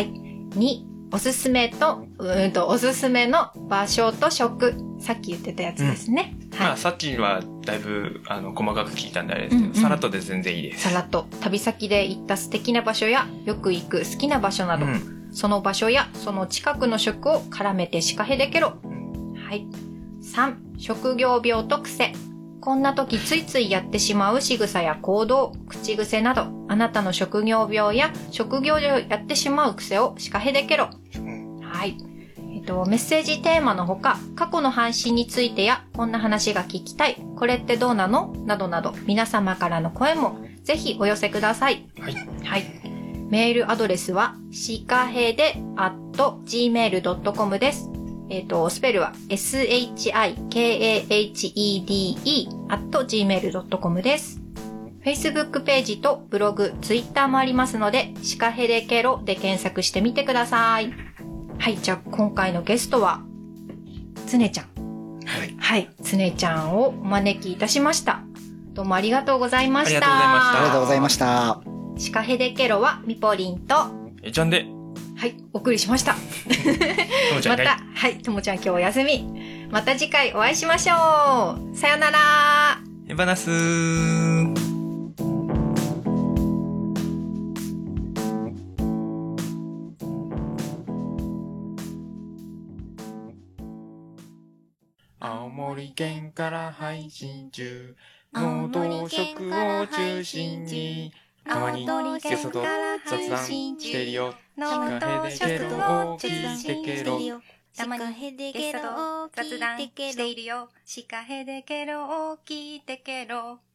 Speaker 3: いい。2、おすすめと、うーんと、おすすめの場所と食。さっき言ってたやつですね。はい
Speaker 2: まあ。さっきはだいぶあの細かく聞いたんであれですけど、
Speaker 3: うんうん
Speaker 2: さらっとで全然いいです。
Speaker 3: さらっと旅先で行った素敵な場所やよく行く好きな場所など、
Speaker 2: うん
Speaker 3: その場所やその近くの食を絡めてシカヘデケロ、はい3職業病と癖こんな時ついついやってしまう仕草や行動口癖などあなたの職業病や職業上やってしまう癖をシカヘデケロ
Speaker 2: うん
Speaker 3: はい。えっと、メッセージテーマのほか、過去の配信についてや、こんな話が聞きたい、これってどうなのなどなど、皆様からの声も、ぜひお寄せください。
Speaker 2: はい。
Speaker 3: はい。メールアドレスは、シカヘデアット gmail.com です。えっ、と、スペルは、s-h-i-k-a-h-e-d-e アット gmail.com です。Facebook ページとブログ、Twitter もありますので、シカヘデケロで検索してみてください。はい、じゃあ今回のゲストは、つねちゃん。
Speaker 2: はい。
Speaker 3: はい、つねちゃんをお招きいたしました。どうもありがとうございました。
Speaker 2: ありがとうございました
Speaker 4: ありがとうございました
Speaker 3: シカヘデケロはミポリンと、は
Speaker 2: えちゃんで、
Speaker 3: い、お送りしました。
Speaker 2: ともちゃん
Speaker 3: ま
Speaker 2: いない
Speaker 3: た、はい、ともちゃん今日お休み。また次回お会いしましょう。さよなら。
Speaker 2: 手放すー。青森県から配信中
Speaker 1: 青
Speaker 2: 能
Speaker 1: 森
Speaker 2: 動
Speaker 1: 県
Speaker 2: 食
Speaker 1: から
Speaker 2: を
Speaker 1: 配
Speaker 2: 中心
Speaker 1: 信中
Speaker 2: にたまにゲストと雑談してるよ
Speaker 1: ノート
Speaker 2: シカヘデ
Speaker 1: 食
Speaker 2: ケロ
Speaker 1: 堂
Speaker 2: を
Speaker 1: 中
Speaker 2: 聞
Speaker 1: 心
Speaker 2: いて
Speaker 1: し
Speaker 2: ケ
Speaker 1: て
Speaker 2: ロ
Speaker 1: るよシカヘ
Speaker 3: ゲ
Speaker 1: デケ
Speaker 3: ス
Speaker 1: ロ
Speaker 3: トと
Speaker 1: を聞
Speaker 3: 雑談
Speaker 1: いてケ
Speaker 3: し
Speaker 1: ロ
Speaker 3: ているよ。シカヘデケロを聞いてケロ。